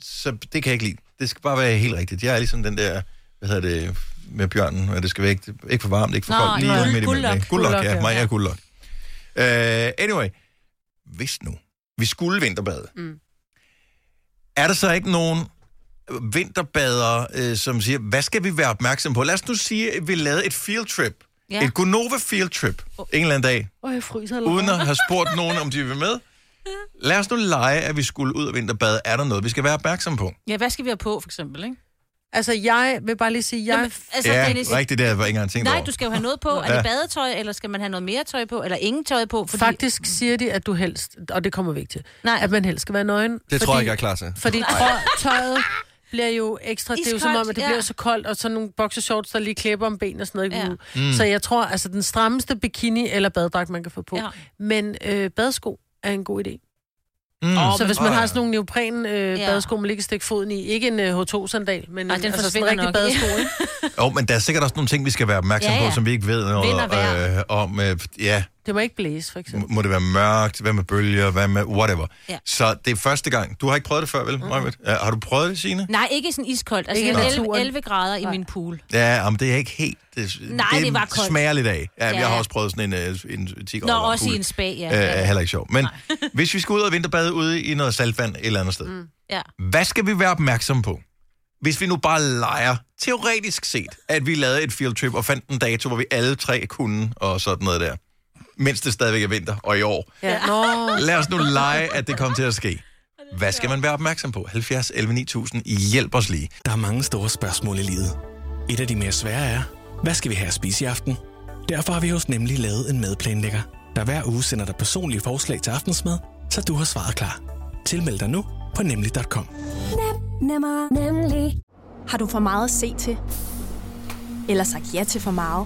Speaker 1: så det kan jeg ikke lide. Det skal bare være helt rigtigt. Jeg er ligesom den der, hvad hedder det, med bjørnen, og det skal være ikke, ikke for varmt, ikke for
Speaker 5: Nå,
Speaker 1: koldt, lige
Speaker 5: nej.
Speaker 1: midt imellem.
Speaker 5: Guldlok.
Speaker 1: ikke? Guldlok,
Speaker 5: Guldlok,
Speaker 1: ja.
Speaker 5: ja.
Speaker 1: Mig er guldlok. Uh, anyway, hvis nu vi skulle vinterbade,
Speaker 5: Mm.
Speaker 1: er der så ikke nogen vinterbadere, øh, som siger, hvad skal vi være opmærksom på? Lad os nu sige, at vi lavede et field trip.
Speaker 3: Ja.
Speaker 1: Ja. Et Gonova field trip. En eller anden dag
Speaker 3: Åh, jeg fryser
Speaker 1: uden at have spurgt nogen, om de vil med. Lad os nu lege, at vi skulle ud og vinterbade. Er der noget, vi skal være opmærksom på?
Speaker 5: Ja, hvad skal vi have på, for eksempel, ikke?
Speaker 3: Altså, jeg vil bare lige sige, jeg...
Speaker 5: Jamen, altså,
Speaker 1: ja,
Speaker 5: Dennis,
Speaker 1: rigtigt, det havde jeg ikke engang tænkt
Speaker 5: Nej,
Speaker 1: over.
Speaker 5: du skal jo have noget på. Er
Speaker 1: Ja.
Speaker 5: det badetøj, eller skal man have noget mere tøj på, eller ingen tøj på? Fordi...
Speaker 3: Faktisk siger de, at du helst, og det kommer vi ikke til, Nej. at man helst skal være nøgen.
Speaker 4: Det tror jeg ikke, jeg er klar til.
Speaker 3: Fordi
Speaker 4: Nej.
Speaker 3: trø- tøjet bliver jo ekstra, det er jo som
Speaker 5: Iskoldt,
Speaker 3: om, at det
Speaker 5: ja.
Speaker 3: bliver så koldt, og så nogle boxershorts, der lige klipper om ben og sådan noget.
Speaker 5: Ja.
Speaker 3: Ja.
Speaker 5: Mm.
Speaker 3: Så jeg tror, altså den strammeste bikini eller badedragt, man kan få på. Ja. Men øh, badesko er en god idé.
Speaker 1: Mm.
Speaker 3: Oh, så hvis man
Speaker 1: Åh,
Speaker 3: har
Speaker 1: ja.
Speaker 3: sådan nogle neopren øh, ja. badesko, man lige kan stikke foden i. Ikke en øh, H2-sandal, men
Speaker 5: Ej,
Speaker 3: Ej,
Speaker 5: den
Speaker 3: den altså sådan en
Speaker 5: forsvinder
Speaker 3: rigtig
Speaker 5: nok.
Speaker 3: badesko. ikke?
Speaker 1: Jo, men der er sikkert også nogle ting, vi skal være opmærksom
Speaker 3: Ja,
Speaker 1: ja, ja.
Speaker 3: ja.
Speaker 1: på, som vi ikke ved
Speaker 3: Vind og
Speaker 1: noget
Speaker 3: vejr.
Speaker 1: øh, om. Øh, ja,
Speaker 3: Det må ikke blæse, for eksempel.
Speaker 1: må det være mørkt? Hvad med bølger? Hvad med whatever?
Speaker 5: Ja.
Speaker 1: Så det er første gang. Du har ikke prøvet det før, vel, mm. ja, Har du prøvet det, Signe?
Speaker 5: Nej, ikke sådan iskoldt. Altså,
Speaker 3: Ikke
Speaker 5: ikke
Speaker 3: i
Speaker 5: 11,
Speaker 3: naturen.
Speaker 5: 11 grader i min pool.
Speaker 1: Ja, men det er ikke helt... Det,
Speaker 5: Nej, det var koldt.
Speaker 1: smager lidt af. Ja, ja.
Speaker 5: Ja.
Speaker 1: Jeg har også prøvet sådan en, øh, en 10
Speaker 5: Nå,
Speaker 1: grader.
Speaker 5: også
Speaker 1: pool.
Speaker 5: i en spa, ja.
Speaker 1: Øh, er heller ikke sjov. Men hvis vi skal ud og vinterbade ude i noget saltvand et eller andet sted, mm.
Speaker 5: Ja.
Speaker 1: Hvad skal vi være opmærksom på? Hvis vi nu bare leger, teoretisk set, at vi lavede et field trip og fandt en dato, hvor vi alle tre kunne og sådan noget der. Mens det stadigvæk er vinter og i år.
Speaker 3: Ja. Nå.
Speaker 1: Lad os nu lege, at det kom til at ske. Hvad skal man være opmærksom på? 70 11 9000. Hjælp os lige.
Speaker 20: Der er mange store spørgsmål i livet. Et af de mere svære er, hvad skal vi have at spise i aften? Derfor har vi hos Nemlig lavet en madplanlægger, der hver uge sender dig personlige forslag til aftensmad, så du har svaret klar. Tilmeld dig nu på nemlig.com.
Speaker 9: Nem, nemmer, nemlig. Har du for meget at se til? Eller sagt ja til for meget?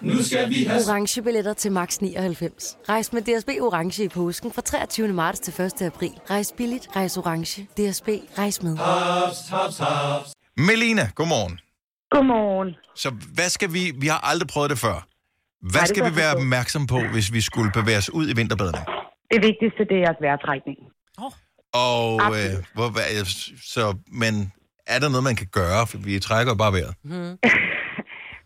Speaker 21: Nu skal vi have
Speaker 11: Orange billetter til max 99. Rejs med DSB Orange i påsken fra 23. marts til 1. april. Rejs billigt, rejs orange. DSB, rejs med.
Speaker 21: haps, haps, haps.
Speaker 1: Melina, godmorgen.
Speaker 22: Godmorgen.
Speaker 1: Så hvad skal vi... Vi har aldrig prøvet det før.
Speaker 22: Nej,
Speaker 1: Hvad
Speaker 22: det
Speaker 1: skal
Speaker 22: kan
Speaker 1: vi
Speaker 22: jeg
Speaker 1: være
Speaker 22: forstå.
Speaker 1: opmærksom på, hvis vi skulle bevæge os ud i vinterbadning?
Speaker 22: Det vigtigste, det er vejrtrækningen.
Speaker 1: Og
Speaker 22: Absolut.
Speaker 1: øh, hvor, hvad- jeg- så, men er der noget, man kan gøre? For vi trækker jo bare vejret.
Speaker 22: Mm.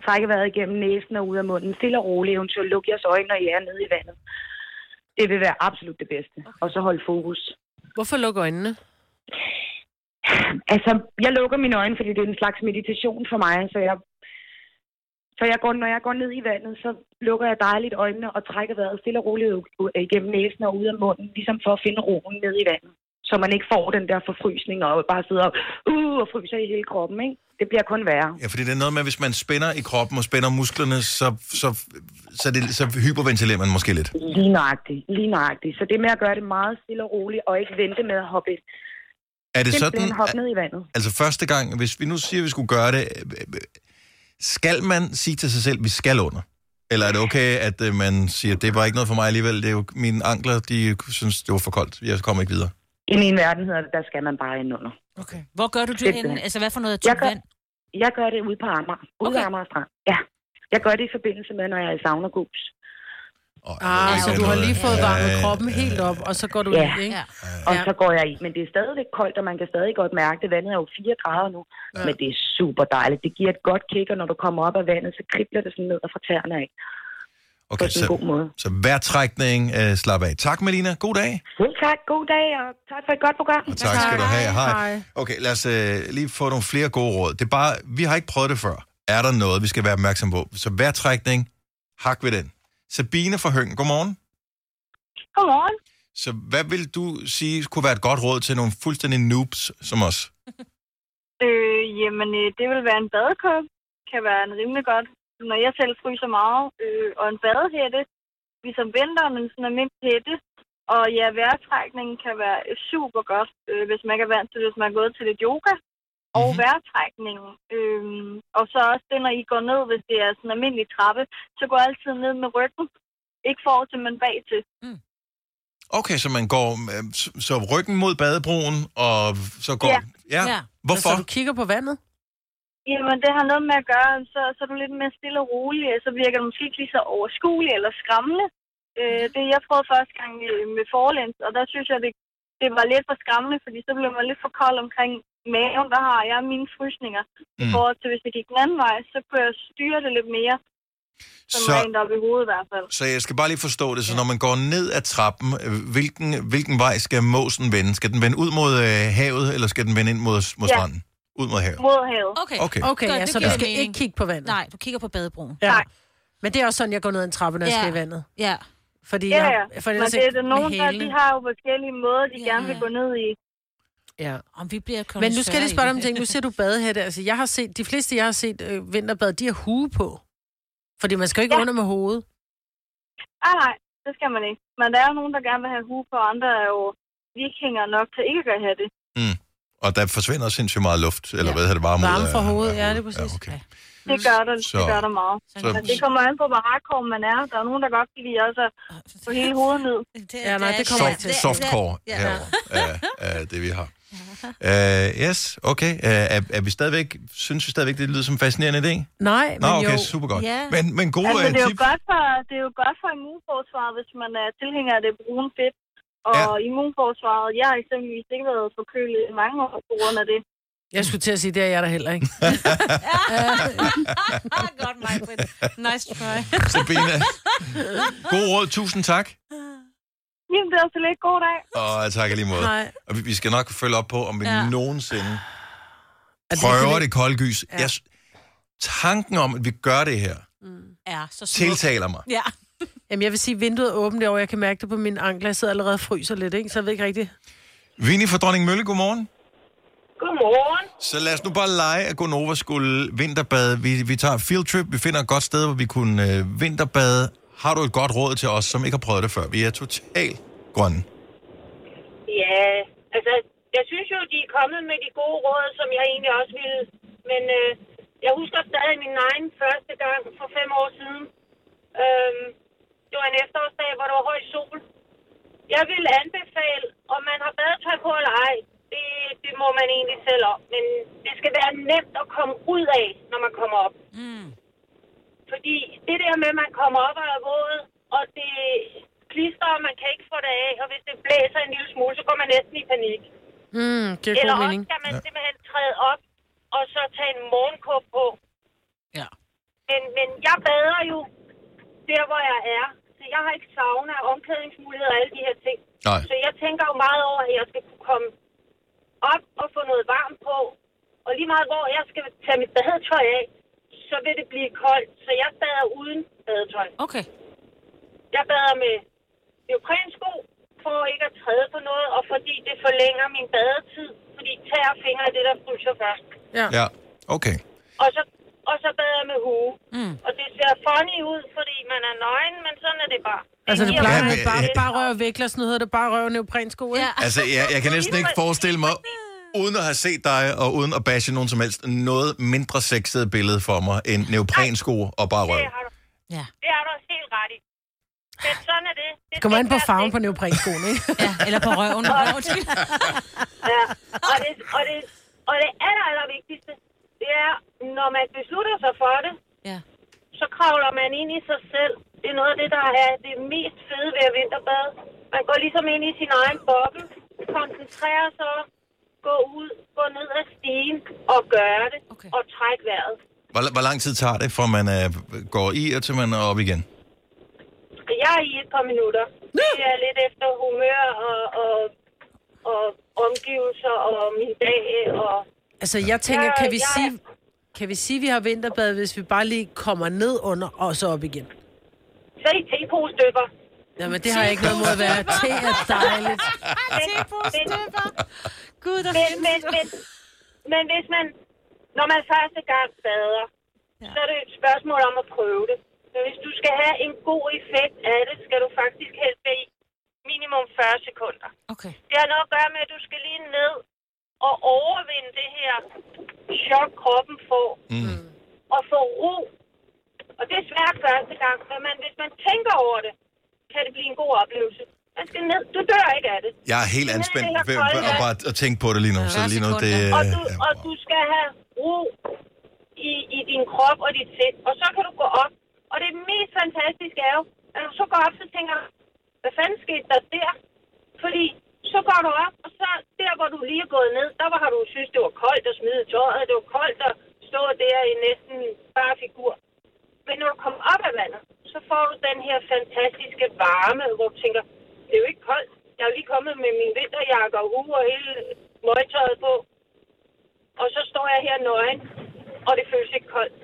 Speaker 22: Trække vejret igennem næsen og ud af munden. Stille og roligt, eventuelt luk jeres øjne, når I er nede i vandet. Det vil være absolut det bedste. Okay. Og så holde fokus.
Speaker 3: Hvorfor lukke øjnene?
Speaker 22: Altså, jeg lukker mine øjne, fordi det er en slags meditation for mig. Så jeg, så jeg går, når jeg går ned i vandet, så lukker jeg dejligt øjnene og trækker vejret stille og roligt ud- ud- igennem næsen og ud af munden, ligesom for at finde roen ned i vandet. Så man ikke får den der forfrysning og bare sidder og, uh, og fryser i hele kroppen. Ikke? Det bliver kun værre.
Speaker 1: Ja, fordi det er noget med, at hvis man spænder i kroppen og spænder musklerne, så, så så, det, så hyperventilerer man måske lidt.
Speaker 22: Lige nøjagtigt, lige nøjagtigt. Så det med at gøre det meget stille og roligt, og ikke vente med at hoppe ind.
Speaker 1: Er det
Speaker 22: Simpelthen
Speaker 1: sådan,
Speaker 22: hoppe ned i vandet.
Speaker 1: Altså første gang, hvis vi nu siger, at vi skulle gøre det, øh, øh, skal man sige til sig selv, at vi skal under? Eller er det okay, at øh, man siger, at det var ikke noget for mig alligevel, det er jo mine ankler, de synes, det var for koldt, jeg kommer ikke videre.
Speaker 22: Ind i en verden hedder det, der skal man bare ind under.
Speaker 5: Okay. Hvor gør du det
Speaker 22: Simpelthen.
Speaker 5: henne? Altså, hvad for noget
Speaker 22: Jeg
Speaker 5: type
Speaker 22: gør,
Speaker 5: vand?
Speaker 22: jeg gør det ude på Amager. Ude okay. på Amager Strand. Ja. Jeg gør det i forbindelse med, når jeg er i saunagrups.
Speaker 3: Ah, så
Speaker 22: ikke
Speaker 3: du har
Speaker 22: noget.
Speaker 3: lige fået
Speaker 22: Ja,
Speaker 3: varmet
Speaker 22: ja,
Speaker 3: kroppen helt op, og så går du
Speaker 22: Ja.
Speaker 3: ind, ikke? Ja.
Speaker 22: Og så går jeg i. Men det er stadigvæk koldt, og man kan stadig godt mærke det. Vandet er jo 4 grader nu. Ja. Men det er super dejligt. Det giver et godt kick, og når du kommer op af vandet, så kribler det sådan ned og fra tæerne af.
Speaker 1: Okay,
Speaker 22: sådan en god
Speaker 1: så,
Speaker 22: måde.
Speaker 1: så vejrtrækning, øh, slap af. Tak, Melina. God dag.
Speaker 22: Selv tak. God dag, og tak for et godt program.
Speaker 1: Og tak skal du have. Hej. Okay, lad os øh, lige få nogle flere gode råd. Det er bare, vi har ikke prøvet det før. Er der noget, vi skal være opmærksom på? Så vejrtrækning, hak ved den. Sabine fra Høng, godmorgen.
Speaker 23: Godmorgen.
Speaker 1: Så hvad vil du sige kunne være et godt råd til nogle fuldstændig noobs som os?
Speaker 23: Øh, jamen, øh, det vil være en badekåb. Kan være en rimelig godt. Når jeg selv fryser meget, øh, og en badehætte, ligesom vinter, men sådan en almindelig hætte. Og ja, vejrtrækningen kan være øh, super godt, øh, hvis man ikke er vant til det, hvis man er gået til lidt yoga. Og
Speaker 3: Mhm.
Speaker 14: Mhm.
Speaker 23: mm-hmm. vejrtrækningen. Øh, og så også det, når I går ned, hvis det er sådan en almindelig trappe, så går altid ned med ryggen. Ikke forud til, men bag til. Mm.
Speaker 1: Okay, så man går øh, s- så ryggen mod badebroen, og så går... Hvorfor?
Speaker 3: Så du kigger på vandet?
Speaker 23: Jamen, det har noget med at gøre, så, så er du lidt mere stille og rolig, og så virker det måske ikke lige så overskuelig eller skræmmende. Øh, det jeg prøvede første gang øh, med forlæns, og der synes jeg, det, det var lidt for skræmmende, fordi så blev man lidt for kold omkring maven, der har jeg mine frysninger. Mm. I
Speaker 1: Mm.
Speaker 23: forhold til, hvis det gik den anden vej, så kunne jeg styre det lidt mere, som så...
Speaker 1: Så-
Speaker 23: rent op i hovedet i hvert fald.
Speaker 1: Så jeg skal bare lige forstå det. Så når man går ned ad trappen, øh, hvilken, hvilken vej skal måsen vende? Skal den vende ud mod øh, havet, eller skal den vende ind mod, mod
Speaker 23: Ja.
Speaker 1: stranden? Ud mod havet.
Speaker 23: Mod havet.
Speaker 5: Okay,
Speaker 1: Okay.
Speaker 3: Okay, ja, så du skal ikke kigge på vandet.
Speaker 5: Nej, du kigger på badebroen.
Speaker 3: Ja. Men det er også sådan, jeg går ned ad en trappe, når jeg skal i vandet.
Speaker 5: Ja.
Speaker 3: Fordi
Speaker 23: Ja,
Speaker 3: jeg,
Speaker 23: ja.
Speaker 3: for
Speaker 23: Men
Speaker 3: ellers
Speaker 23: det er
Speaker 3: ikke
Speaker 23: der nogen,
Speaker 3: med
Speaker 23: der
Speaker 3: halen.
Speaker 23: de har jo forskellige måder, de gerne vil gå ned i.
Speaker 3: Ja.
Speaker 5: Om vi bliver kommet
Speaker 3: Men nu skal jeg
Speaker 5: større
Speaker 3: lige spørge dig om
Speaker 5: i
Speaker 3: en
Speaker 5: det.
Speaker 3: ting. Nu ser du badehætte. Altså, jeg har set, de fleste, jeg har set øh, vinterbad, de har hue på. Fordi man skal jo ikke ja. under med hovedet.
Speaker 23: Nej, Ah, nej, det skal man ikke. Men der er jo nogen, der gerne vil have hue på, og andre er jo vikinger nok til ikke at have det.
Speaker 1: Mm. Og der forsvinder sindssygt meget luft, eller hvad hedder det, varme, ud
Speaker 23: Varme
Speaker 1: af-
Speaker 23: fra
Speaker 5: hovedet, ja, det er præcis.
Speaker 1: Ja, okay.
Speaker 23: Det gør der, så, det
Speaker 1: Så-
Speaker 23: gør der meget. Så,
Speaker 1: så-
Speaker 23: det kommer an på, hvor hardcore man er. Der er nogen, der godt kan lide også at få hele hovedet ned.
Speaker 3: Ja, nej, det kommer jeg til.
Speaker 1: Soft, softcore
Speaker 23: Ja.
Speaker 1: herovre, af, af det vi har. Uh, yes, okay. Uh, er, er, vi stadigvæk, synes vi stadigvæk, det lyder som en fascinerende idé?
Speaker 3: Nej,
Speaker 1: Nå, okay, super godt. Men, men gode
Speaker 23: altså,
Speaker 1: øh,
Speaker 23: det er jo
Speaker 1: tip.
Speaker 23: godt for, det er jo godt for immunforsvaret, hvis man er tilhænger af det brune fedt. Og ja. immunforsvaret, jeg har eksempelvis ikke været forkølet i mange år på grund af det.
Speaker 3: Jeg skulle til at sige, det er jeg der heller ikke.
Speaker 5: Godt, Majbrit. Nice try.
Speaker 1: Sabina. God råd, tusind tak.
Speaker 23: Jamen, det er så lidt god dag.
Speaker 1: Og tak i lige måde.
Speaker 23: Hej.
Speaker 1: Og vi, vi skal nok følge op på, om vi
Speaker 23: Ja.
Speaker 1: ja. nogensinde
Speaker 3: det
Speaker 1: prøver
Speaker 3: sådan-
Speaker 1: det kolde gys. Ja. Jeg, s- tanken om, at vi gør det her,
Speaker 5: Ja, så
Speaker 1: smuk. Tiltaler mig.
Speaker 5: Ja.
Speaker 3: Jamen, jeg vil sige, vinduet er åbent derovre. Jeg kan mærke det på mine ankler. Jeg sidder allerede og fryser lidt, ikke? Så jeg ved ikke rigtigt.
Speaker 1: Vinnie fra Dronning Mølle, godmorgen.
Speaker 23: Godmorgen.
Speaker 1: Så lad os nu bare lege, at Gonova skulle vinterbade. Vi, vi tager field trip, vi finder et godt sted, hvor vi kunne øh, vinterbade. Har du et godt råd til os, som ikke har prøvet det før? Vi er totalt grønne.
Speaker 24: Ja, altså, jeg synes jo, de er kommet med de gode råd, som jeg egentlig også ville. Men øh, jeg husker stadig min egen første gang for fem år siden. Øhm, det var en efterårsdag, hvor der var høj sol. Jeg vil anbefale, om man har badetøj på eller ej, det, det må man egentlig selv om. Men det skal være nemt at komme ud af, når man kommer op.
Speaker 5: Mm.
Speaker 24: Fordi det der med, at man kommer op og er våd, og det klister, og man kan ikke få det af, og hvis det blæser en lille smule, så går man næsten i panik.
Speaker 3: Mm, det er
Speaker 24: Eller
Speaker 3: god
Speaker 24: også
Speaker 3: mening.
Speaker 24: skal man simpelthen træde op, og så tage en morgenkåb på.
Speaker 5: Ja.
Speaker 24: Men, men jeg bader jo der, hvor jeg er. Så jeg har ikke sauna, omklædningsmuligheder og alle de her ting.
Speaker 1: Nej.
Speaker 24: Så jeg tænker jo meget over, at jeg skal kunne komme op og få noget varmt på. Og lige meget hvor jeg skal tage mit badetøj af, så vil det blive koldt. Så jeg bader uden badetøj.
Speaker 5: Okay.
Speaker 24: Jeg bader med neoprensko for ikke at træde på noget, og fordi det forlænger min badetid, fordi tæer og fingre er det, der fryser først.
Speaker 3: Ja.
Speaker 1: ja. Okay.
Speaker 24: Og så, og så bader jeg med hue.
Speaker 5: Mm.
Speaker 24: Og det ser funny ud, fordi man er nøgen, men sådan er det bare.
Speaker 3: Altså, det plejer
Speaker 1: Ja,
Speaker 3: ja,
Speaker 1: men,
Speaker 3: bare,
Speaker 1: øh,
Speaker 3: bare rør og vikler, sådan noget hedder det. Bare rør og neoprensko, ikke?
Speaker 1: Altså, jeg, jeg kan næsten ikke forestille mig, uden at have set dig, og uden at bashe nogen som helst, noget mindre sexet billede for mig, end neoprensko og bare røv.
Speaker 24: Det har du,
Speaker 5: ja.
Speaker 24: det har du også helt ret i. Men sådan er det. det
Speaker 3: Det kommer
Speaker 24: skal
Speaker 3: an på
Speaker 24: være
Speaker 3: farven på neoprenskoen, ikke?
Speaker 5: ja, eller på røven.
Speaker 24: ja, og det, og det, og det aller, aller vigtigste, det er, når man beslutter sig for det,
Speaker 5: ja.
Speaker 24: så kravler man ind i sig selv. Det er noget af det, der er det mest fede ved at vinterbade. Man går ligesom ind i sin egen boble, koncentrerer sig om, gå ud, gå ned ad stigen og gøre det, okay. og træk vejret.
Speaker 1: Hvor, hvor lang tid tager det, fra man øh, går i, og til man er op igen?
Speaker 24: Jeg er i et par minutter. Det er lidt efter humør og, og, og omgivelser og min dag. Og
Speaker 3: Altså, jeg tænker,
Speaker 24: Ja,
Speaker 3: kan vi
Speaker 24: jeg-
Speaker 3: sige... Kan vi sige, at vi har vinterbad, hvis vi bare lige kommer ned under og så op igen?
Speaker 24: så er I tepostykker.
Speaker 3: Jamen, det har jeg ikke noget mod at være. Te er dejligt.
Speaker 24: Tepostykker. Gud, der men, men, men, men hvis man, når man første gang bader, ja. så er det et spørgsmål om at prøve det. Men hvis du skal have en god effekt af det, skal du faktisk helst være i minimum 40 sekunder.
Speaker 5: Okay.
Speaker 24: Det har noget at gøre med, at du skal lige ned og overvinde det her chok, kroppen får.
Speaker 1: Mm.
Speaker 24: Og få ro. Og det er svært første gang, men man, hvis man tænker over det, kan det blive en god oplevelse. Man skal ned. Du dør ikke af det.
Speaker 1: Jeg er helt
Speaker 24: Du ned i
Speaker 1: anspændt
Speaker 24: det her
Speaker 1: ved,
Speaker 24: kolde
Speaker 1: ved at,
Speaker 24: vand.
Speaker 1: bare at tænke på det lige nu. Så lige nu, det...
Speaker 24: Og
Speaker 1: øh,
Speaker 24: du, og du skal have ro i, i din krop og dit sind, og så kan du gå op. Og det mest fantastiske er jo, at når du så går op, så tænker du, hvad fanden skete der der? Fordi så går du op, og så der, hvor du lige er gået ned, der hvor har du synes, det var koldt at smide tøjet, det var koldt at stå der i næsten bare figur. Men når du kommer op af vandet, så får du den her fantastiske varme, hvor du tænker, det er jo ikke koldt. Jeg er jo lige kommet med min vinterjakke og hue og hele møgtøjet på. Og så står jeg her nøgen, og det føles ikke koldt.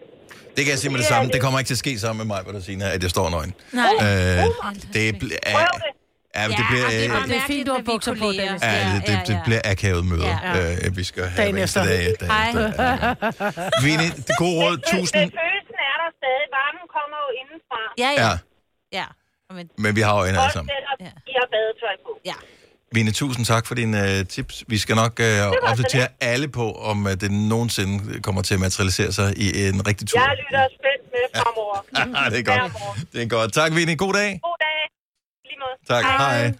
Speaker 1: Det kan jeg sige med det
Speaker 24: Det er
Speaker 1: samme.
Speaker 24: det.
Speaker 1: Det kommer ikke til at ske sammen med mig, hvor der siger, at jeg står nøgen.
Speaker 24: Nej.
Speaker 5: Oh,
Speaker 3: Oh,
Speaker 1: Øh,
Speaker 24: Uh,
Speaker 1: det bl- er,
Speaker 24: Prøv det.
Speaker 1: ja, det bliver,
Speaker 3: det,
Speaker 1: øh,
Speaker 3: er det er fint, du har bukser på, Dennis.
Speaker 1: ja, det, det, det bliver akavet møder,
Speaker 3: Ja.
Speaker 1: øh, vi skal have
Speaker 3: Dagen
Speaker 1: hver eneste
Speaker 3: efter.
Speaker 1: dag. Dagen efter. Vini, det gode råd,
Speaker 24: Men
Speaker 1: tusind.
Speaker 24: følelsen er der stadig. Varmen kommer jo indenfra.
Speaker 5: Ja,
Speaker 1: Ja,
Speaker 5: Ja.
Speaker 1: men vi har øjnene alle
Speaker 24: Folk
Speaker 1: sammen.
Speaker 24: sætter, de har badetøj på.
Speaker 5: Ja.
Speaker 1: Vini, tusind tak for dine øh, tips. Vi skal nok øh, opdatere alle på, om øh, det nogensinde kommer til at materialisere sig i en rigtig tur.
Speaker 24: Jeg lytter spændt med fremover.
Speaker 1: det er
Speaker 24: Hver morgen.
Speaker 1: godt. Det er godt. Tak, Vini. God dag.
Speaker 24: God dag. Lige måde.
Speaker 1: Tak, hej. hej.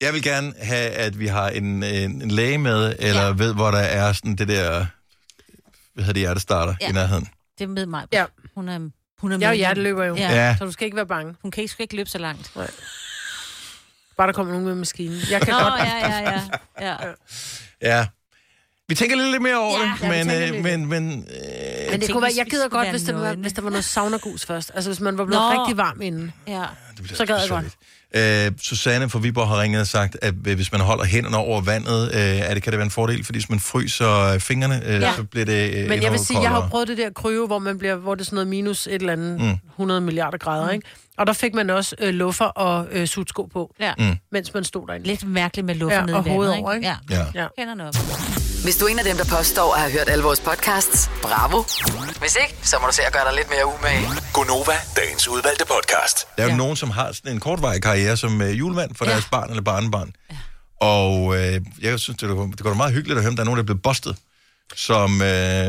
Speaker 1: Jeg vil gerne have, at vi har en, en, en læge med, eller ja. ved, hvor der er sådan det der, hvad hedder det, hjertestarter ja.
Speaker 5: Ja.
Speaker 1: i nærheden.
Speaker 5: Det er med mig. Ja. Hun er, hun er
Speaker 3: Jeg er jo
Speaker 5: med.
Speaker 3: hjerteløber jo,
Speaker 5: Ja.
Speaker 1: Ja.
Speaker 3: så du skal ikke være bange.
Speaker 5: Hun kan ikke, skal ikke løbe så langt.
Speaker 3: Nej. Bare der kommer nogen med maskinen. Jeg kan
Speaker 5: Nå,
Speaker 3: godt.
Speaker 5: ja, ja, ja. ja.
Speaker 1: Ja. Vi tænker lidt mere over
Speaker 3: Ja,
Speaker 1: det,
Speaker 3: ja, vi
Speaker 1: men,
Speaker 3: tænker
Speaker 1: øh,
Speaker 3: lidt.
Speaker 1: men, men øh,
Speaker 3: Men det
Speaker 5: tænkte,
Speaker 3: kunne være,
Speaker 5: hvis
Speaker 3: jeg
Speaker 5: vi
Speaker 3: gider
Speaker 5: skulle
Speaker 3: godt,
Speaker 5: være
Speaker 3: hvis der, var,
Speaker 5: nøgne.
Speaker 3: hvis der var noget saunagus først. Altså, hvis man var blevet
Speaker 5: Nå.
Speaker 3: rigtig varm inden.
Speaker 5: ja.
Speaker 3: Så gad jeg godt.
Speaker 1: Øh, Susanne fra Viborg har ringet og sagt, at øh, hvis man holder hænderne over vandet, øh, er det, kan det være en fordel, fordi hvis man fryser øh, fingrene, øh, ja.
Speaker 3: Ja.
Speaker 1: så bliver det øh,
Speaker 3: Men jeg vil
Speaker 1: enormt
Speaker 3: sige, jeg har jo
Speaker 1: koldere.
Speaker 3: prøvet det der kryo, hvor, man bliver, hvor det er sådan noget minus et eller andet
Speaker 1: Mm.
Speaker 3: mm. 100 milliarder grader, mm. ikke? Og der fik man også øh, luffer og øh, sutsko på,
Speaker 5: ja.
Speaker 1: Mm.
Speaker 3: mens man stod derinde.
Speaker 5: Lidt mærkeligt med
Speaker 3: luffer
Speaker 5: nede
Speaker 3: ja,
Speaker 5: i
Speaker 3: og
Speaker 5: vandet,
Speaker 3: hovedet
Speaker 5: ikke?
Speaker 3: over, ikke?
Speaker 5: Ja.
Speaker 1: Ja.
Speaker 3: ja.
Speaker 5: Hænderne op.
Speaker 6: Hvis du er en af dem, der påstår at have hørt alle vores podcasts, bravo. Hvis ikke, så må du se at gøre dig lidt mere umage.
Speaker 2: Gonova, dagens udvalgte podcast.
Speaker 1: Der er jo ja. nogen, som har sådan en kortvarig karriere som øh, julemand for ja. deres barn eller barnebarn. Ja. Og øh, jeg synes, det, er- det går da meget hyggeligt at høre, om der er nogen, der er blevet bustet som, øh,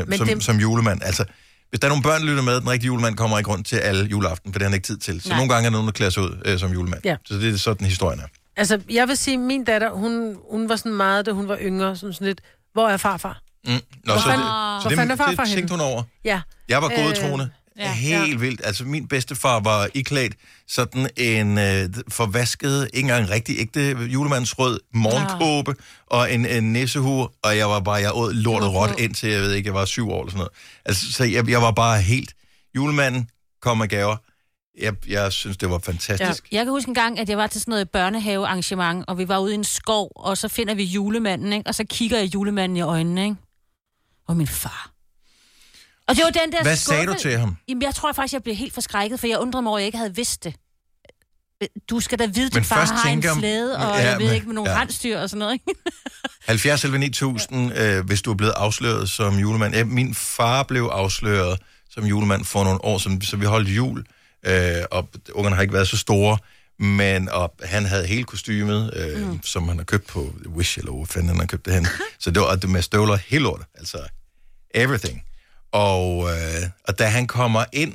Speaker 3: Men
Speaker 1: som,
Speaker 3: det-
Speaker 1: som julemand. Altså, hvis der er nogle børn, der lytter med, den rigtige julemand kommer ikke rundt til alle juleaften, for det har han ikke tid til. Så
Speaker 3: Nej.
Speaker 1: nogle gange er der nogen, der klæder sig ud øh, som julemand.
Speaker 3: Ja.
Speaker 1: Så det er sådan, historien er.
Speaker 3: Altså, jeg vil sige, min datter, hun, hun var sådan meget, da hun var yngre, sådan, sådan lidt, hvor er farfar?
Speaker 1: Mm. Nå,
Speaker 3: Hvor
Speaker 1: så,
Speaker 3: fanden-
Speaker 1: det,
Speaker 3: hvor fanden er
Speaker 1: det,
Speaker 3: farfar
Speaker 1: det tænkte hun
Speaker 3: henne?
Speaker 1: over.
Speaker 3: Ja.
Speaker 1: Jeg var godtroende. Øh, ja, Helt ja. vildt. Altså, min bedstefar var iklædt sådan en øh, forvasket, ikke engang rigtig ægte julemandsrød morgenkåbe og en, en nissehue, og jeg var bare, jeg åd lortet råt indtil, jeg ved ikke, jeg var syv år eller sådan noget. Altså, så jeg, jeg var bare helt, julemanden kom med gaver. Jeg, jeg synes, det var fantastisk.
Speaker 5: Jeg kan huske en gang, at jeg var til sådan noget børnehavearrangement, og vi var ude i en skov, og så finder vi julemanden, ikke? og så kigger jeg julemanden i øjnene. Ikke? Og min far. Og det var den der
Speaker 1: Hvad sagde du til ham?
Speaker 5: Jamen, jeg tror faktisk, jeg blev helt forskrækket, for jeg undrede mig over, at jeg ikke havde vidst det. Du skal da vide, at
Speaker 1: Men
Speaker 5: din far
Speaker 1: først
Speaker 5: har en
Speaker 1: tænker-
Speaker 5: slæde, og
Speaker 1: Ja,
Speaker 5: ja, jeg ved
Speaker 1: men-
Speaker 5: ikke, med nogle
Speaker 1: ja.
Speaker 5: ja. rensdyr og sådan noget. Ikke?
Speaker 1: 70 11 9000, øh, hvis du er blevet afsløret som julemand. Ja, min far blev afsløret som julemand for nogle år, siden, så vi holdt jul øh, og ungerne har ikke været så store, men og han havde hele kostymet, øh, mm. som han har købt på Wish, eller hvor fanden han har købt det hen. så det var og det med støvler helt lort, altså everything. Og, øh, og da han kommer ind,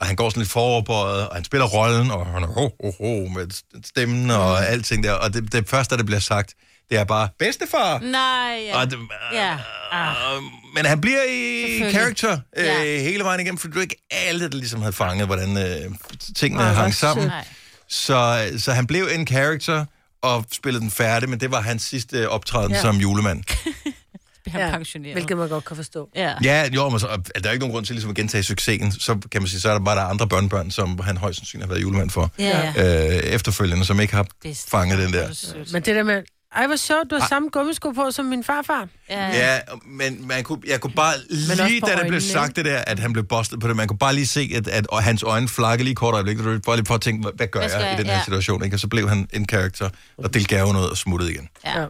Speaker 1: og han går sådan lidt foroverbøjet, og han spiller rollen, og han er ho, ho, ho, med st- stemmen og alting der. Og det, det første, der bliver sagt, det er bare, bedstefar!
Speaker 5: Nej, ja.
Speaker 1: Og det,
Speaker 5: ja. Ah.
Speaker 1: men han bliver i
Speaker 5: Selvfølgelig.
Speaker 1: character øh,
Speaker 5: Ja.
Speaker 1: hele vejen igennem, for du ikke alle, der ligesom havde fanget, hvordan øh, tingene
Speaker 5: Åh, hvor
Speaker 1: hang sammen.
Speaker 5: sødt.
Speaker 1: Så, så han blev en character og spillede den færdig, men det var hans sidste optræden
Speaker 5: Ja.
Speaker 1: ja. som julemand.
Speaker 5: bliver han pensioneret.
Speaker 12: Hvilket man godt kan forstå.
Speaker 5: Ja.
Speaker 1: Ja, jo, men så, og der er ikke nogen grund til ligesom, at gentage succesen. Så kan man sige, så er der bare der er andre børnebørn, som han højst sandsynligt har været julemand for.
Speaker 3: Ja,
Speaker 1: Øh, efterfølgende, som ikke har fanget den der.
Speaker 3: Men det der med, ej, hvor sjovt, du har
Speaker 1: Ej.
Speaker 3: samme gummisko på som min farfar.
Speaker 1: Ah. Ja, men man kunne, jeg kunne bare
Speaker 3: også
Speaker 1: lige,
Speaker 3: på
Speaker 1: da det
Speaker 3: øjnene,
Speaker 1: blev sagt det der, at han blev bustet på det, man kunne bare lige se, at, at og hans øjne flakkede lige kort øjeblik, og du bare lige prøve at tænke, hvad, hvad gør
Speaker 5: Hvad skal
Speaker 1: jeg i
Speaker 5: jeg?
Speaker 1: den her
Speaker 5: Ja.
Speaker 1: situation, ikke? Og så blev han en karakter, og delte gaven ud og smuttede igen.
Speaker 5: Ja.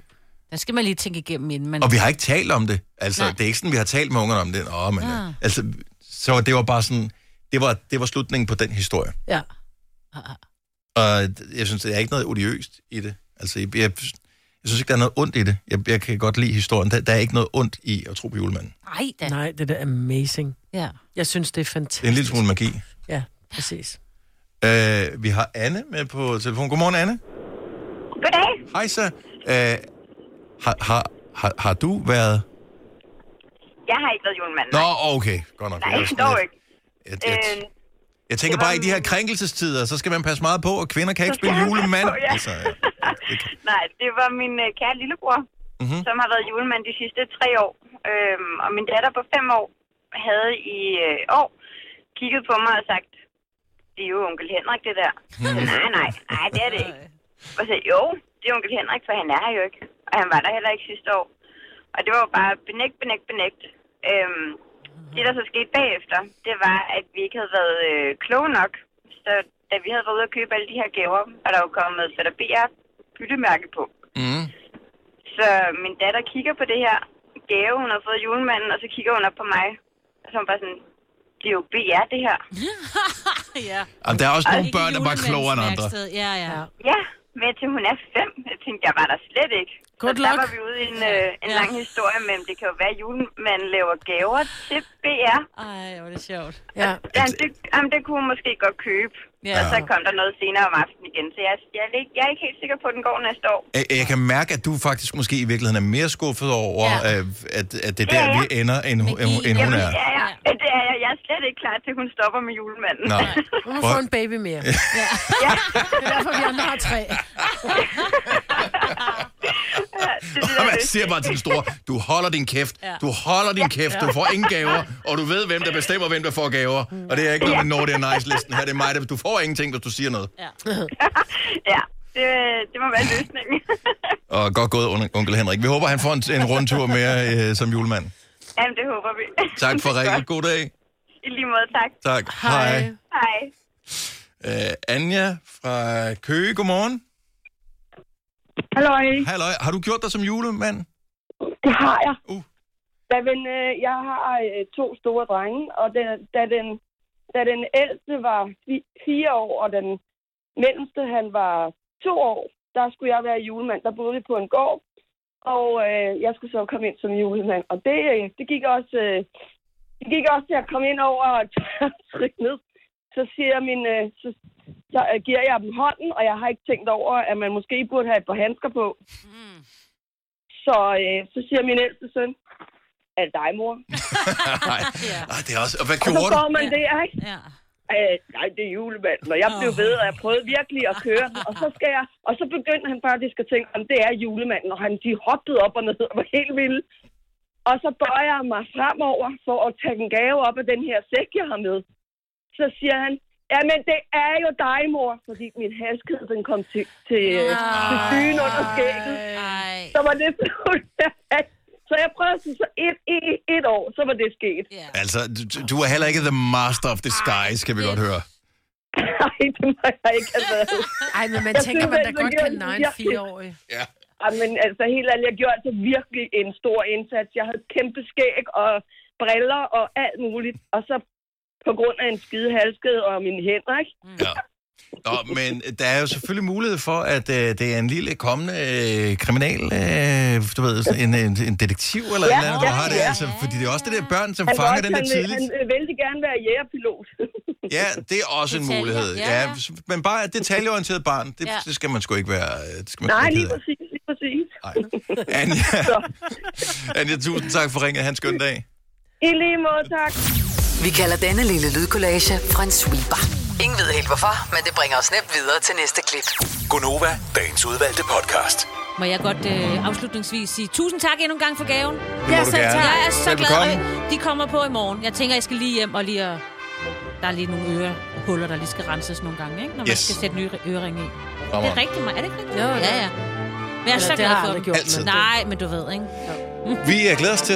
Speaker 5: Den skal man lige tænke igennem, inden man...
Speaker 1: Og vi har ikke talt om det. Altså,
Speaker 5: Nej.
Speaker 1: Nej. det er ikke sådan, vi har talt med ungerne om det. Åh, men,
Speaker 5: Ah.
Speaker 1: ah. altså, så det var bare sådan, det var, det var slutningen på den historie.
Speaker 12: Ja.
Speaker 1: Og jeg synes, der er ikke noget odiøst i det. Altså, jeg, jeg, jeg synes ikke, der er noget ondt i det. Jeg, jeg kan godt lide historien. Der, der er ikke noget ondt i at tro på julemanden.
Speaker 5: Nej, da.
Speaker 3: Nej, det der er amazing.
Speaker 5: Ja.
Speaker 3: Jeg synes, det er
Speaker 1: Det er en
Speaker 3: fantastisk.
Speaker 1: lille smule magi.
Speaker 3: Ja, præcis.
Speaker 1: Øh, vi har Anne med på telefon. Godmorgen, Anne.
Speaker 14: Goddag.
Speaker 1: Hej så. Øh, har, har, har, har du været...
Speaker 14: Jeg har ikke været julemand.
Speaker 1: Nå,
Speaker 14: nej.
Speaker 1: okay. Godt nok.
Speaker 14: Nej,
Speaker 1: Jeg er sådan
Speaker 14: dog
Speaker 1: lidt-
Speaker 14: ikke.
Speaker 1: Jeg, jeg,
Speaker 14: Øhm,
Speaker 1: jeg tænker
Speaker 14: det var
Speaker 1: bare, i de her krænkelsestider, så skal man passe meget på, og kvinder kan ikke
Speaker 14: Så skal
Speaker 1: spille
Speaker 14: man passe
Speaker 1: julemand.
Speaker 14: på, ja.
Speaker 1: Altså, ja.
Speaker 14: nej, det var min øh, kære lillebror,
Speaker 1: Mhm.
Speaker 14: som har været julemand de sidste tre år. Øhm, og min datter på fem år havde i øh, år kigget på mig og sagt, det er jo onkel Henrik, det der. nej, nej, nej, det er det ikke. Og så jo, det er onkel Henrik, for han er her jo ikke. Og han var der heller ikke sidste år. Og det var jo bare benægt, benægt, benægt. Øhm, det, der så skete bagefter, det var, at vi ikke havde været øh, kloge nok. Så da vi havde været ude at købe alle de her gaver, og der var kommet Fætter BR byttemærke på.
Speaker 1: Mm.
Speaker 14: Så min datter kigger på det her gave, hun har fået af julemanden, og så kigger hun op på mig. Og så er hun bare sådan, det er jo BR, det her.
Speaker 5: ja.
Speaker 1: Jamen, der er også
Speaker 14: Og
Speaker 1: nogle
Speaker 14: ikke
Speaker 1: børn, der er bare
Speaker 14: julemandens
Speaker 1: klogere end andre.
Speaker 14: værksted.
Speaker 5: Ja, ja.
Speaker 14: Ja, men jeg tænkte, hun er fem. Jeg tænkte, jeg var der slet ikke.
Speaker 5: Good
Speaker 14: så der
Speaker 5: luck.
Speaker 14: var vi ude i en, øh, en lang historie, men det kan jo være, at julemanden laver gaver til BR.
Speaker 5: Ej, hvor er det sjovt.
Speaker 14: Ja. Jamen, det, jamen, det kunne hun måske godt købe.
Speaker 5: Ja.
Speaker 14: Ja. Og så kom der noget senere om aftenen igen, så jeg, jeg, er ikke- jeg er ikke helt sikker på, at den går næste år.
Speaker 1: Jeg, jeg kan mærke, at du faktisk måske i virkeligheden er mere skuffet over, ja. at, at det er der,
Speaker 14: Ja, ja.
Speaker 1: vi ender, end, hun- end, hun- end hun
Speaker 14: Jamen,
Speaker 1: er.
Speaker 14: Ja, ja. ja. Det er jeg. Jeg er slet ikke klar til, at hun stopper med julemanden.
Speaker 1: Nej.
Speaker 3: Hun må få en baby mere. Ja. Det er derfor, vi andre har tre.
Speaker 1: Og man siger bare til den store, du holder din kæft,
Speaker 14: Ja.
Speaker 1: du holder din
Speaker 14: Ja.
Speaker 1: kæft, du får ingen gaver, og du ved, hvem der bestemmer, hvem der får gaver. Og det er ikke noget med når det er nice-listen her, det er mig, der, du får ingenting, hvis du siger noget.
Speaker 14: ja, det, det må være løsningen.
Speaker 1: Og godt gået, on- onkel Henrik. Vi håber, han får en, en rundtur mere øh, som julemand.
Speaker 14: Jamen, det håber vi.
Speaker 1: Tak for
Speaker 14: Det er
Speaker 1: ringen. God dag.
Speaker 14: godt. I lige måde, tak.
Speaker 1: Tak. Hej.
Speaker 14: Hej.
Speaker 1: Øh, Anja fra Køge, godmorgen.
Speaker 25: Halløj.
Speaker 1: Halløj. Har du gjort dig som julemand?
Speaker 25: Det har jeg.
Speaker 1: Uh.
Speaker 25: Da ven, øh, jeg har øh, to store drenge, og da, da, den, da den ældste var fi- fire år, og den mellemste han var to år, der skulle jeg være julemand. Der boede vi på en gård, og øh, jeg skulle så komme ind som julemand. Og det, øh, det, gik, også, øh, det gik også til at komme ind over og trykke ned. Så, siger min, øh, så, så øh, giver jeg dem hånden, og jeg har ikke tænkt over, at man måske burde have et par handsker på. Så, øh, så siger min ældste søn, er det dig, mor?
Speaker 1: Nej. Ej, det er også... Og hvad
Speaker 25: og så
Speaker 1: gjorde du?
Speaker 25: får man det, ikke?
Speaker 5: Ja.
Speaker 25: Øh, nej, det er julemanden, og jeg blev ved, og jeg prøvede virkelig at køre den, og så skal jeg, og så begyndte han faktisk at tænke, om det er julemanden, og han de hoppede op og ned og var helt vildt. Og så bøjer jeg mig fremover for at tage en gave op af den her sæk, jeg har med. Så siger han, jamen det er jo dig, mor, fordi min halskæde, den kom til, til, øh, til syne under skægget. Så var det så jeg prøvede så et, et, et år, så var det sket. Yeah.
Speaker 1: Altså, du, du er heller ikke the master of disguise, kan vi godt høre.
Speaker 25: Nej, det må jeg ikke have været.
Speaker 3: Ej, men man
Speaker 25: Jeg
Speaker 3: tænker,
Speaker 25: synes,
Speaker 3: man da
Speaker 25: altså,
Speaker 3: godt
Speaker 25: jeg-
Speaker 3: kan nej en
Speaker 25: jeg-
Speaker 3: fireårig.
Speaker 1: Ja.
Speaker 25: Ej, men altså helt ærligt, jeg gjorde altså virkelig en stor indsats. Jeg havde kæmpe skæg og briller og alt muligt. Og så på grund af en skide halskede og mine hænder, ikke?
Speaker 1: Ja. Nå, men der er jo selvfølgelig mulighed for, at øh, det er en lille kommende øh, kriminal, øh, du ved, sådan en, en, en detektiv eller
Speaker 25: Ja,
Speaker 1: ja, et eller andet, der
Speaker 25: ja,
Speaker 1: har det.
Speaker 25: ja.
Speaker 1: Altså, fordi det er også det der børn, som
Speaker 25: Han
Speaker 1: fanger
Speaker 25: vil
Speaker 1: den der
Speaker 25: også- han vil-
Speaker 1: tidligt.
Speaker 25: Han vil vældig gerne være jægerpilot.
Speaker 1: Ja, det er også en
Speaker 25: Detaljer,
Speaker 1: mulighed.
Speaker 25: ja,
Speaker 1: Ja,
Speaker 25: ja.
Speaker 1: s- men bare et detaljeorienteret barn, det,
Speaker 25: Ja.
Speaker 1: det skal man sgu ikke være. øh, Det skal man sgu
Speaker 25: Nej,
Speaker 1: ikke
Speaker 25: lige
Speaker 1: kede af.
Speaker 25: præcis, lige præcis.
Speaker 1: Anja, Anja, tusind tak for ringet. Han skøn dag.
Speaker 25: I lige måde, tak.
Speaker 6: Vi kalder denne lille lydkollage en sweeper. Ingen ved helt hvorfor, men det bringer os nemt videre til næste klip.
Speaker 2: Gunova, dagens udvalgte podcast.
Speaker 5: Må jeg godt øh, afslutningsvis sige tusind tak endnu en gang for gaven.
Speaker 2: må du gerne.
Speaker 5: Jeg er så glad.
Speaker 2: Velbekomme.
Speaker 5: og De kommer på i morgen. Jeg tænker, jeg skal lige hjem og lige... Øh, der er lige nogle ørehuller, der lige skal renses nogle gange, ikke? Når man
Speaker 1: Yes.
Speaker 5: skal sætte nye øreringe i.
Speaker 1: Kommer.
Speaker 5: Det er rigtigt, mig. Er det ikke rigtigt?
Speaker 1: Jo, jo.
Speaker 5: ja, ja. Men jeg er
Speaker 1: Eller
Speaker 5: så
Speaker 1: det
Speaker 5: glad
Speaker 1: har jeg
Speaker 5: for
Speaker 1: aldrig
Speaker 5: dem.
Speaker 1: gjort, men Altid. det-
Speaker 5: Nej, men du ved, ikke?
Speaker 1: Vi øh, glæder os til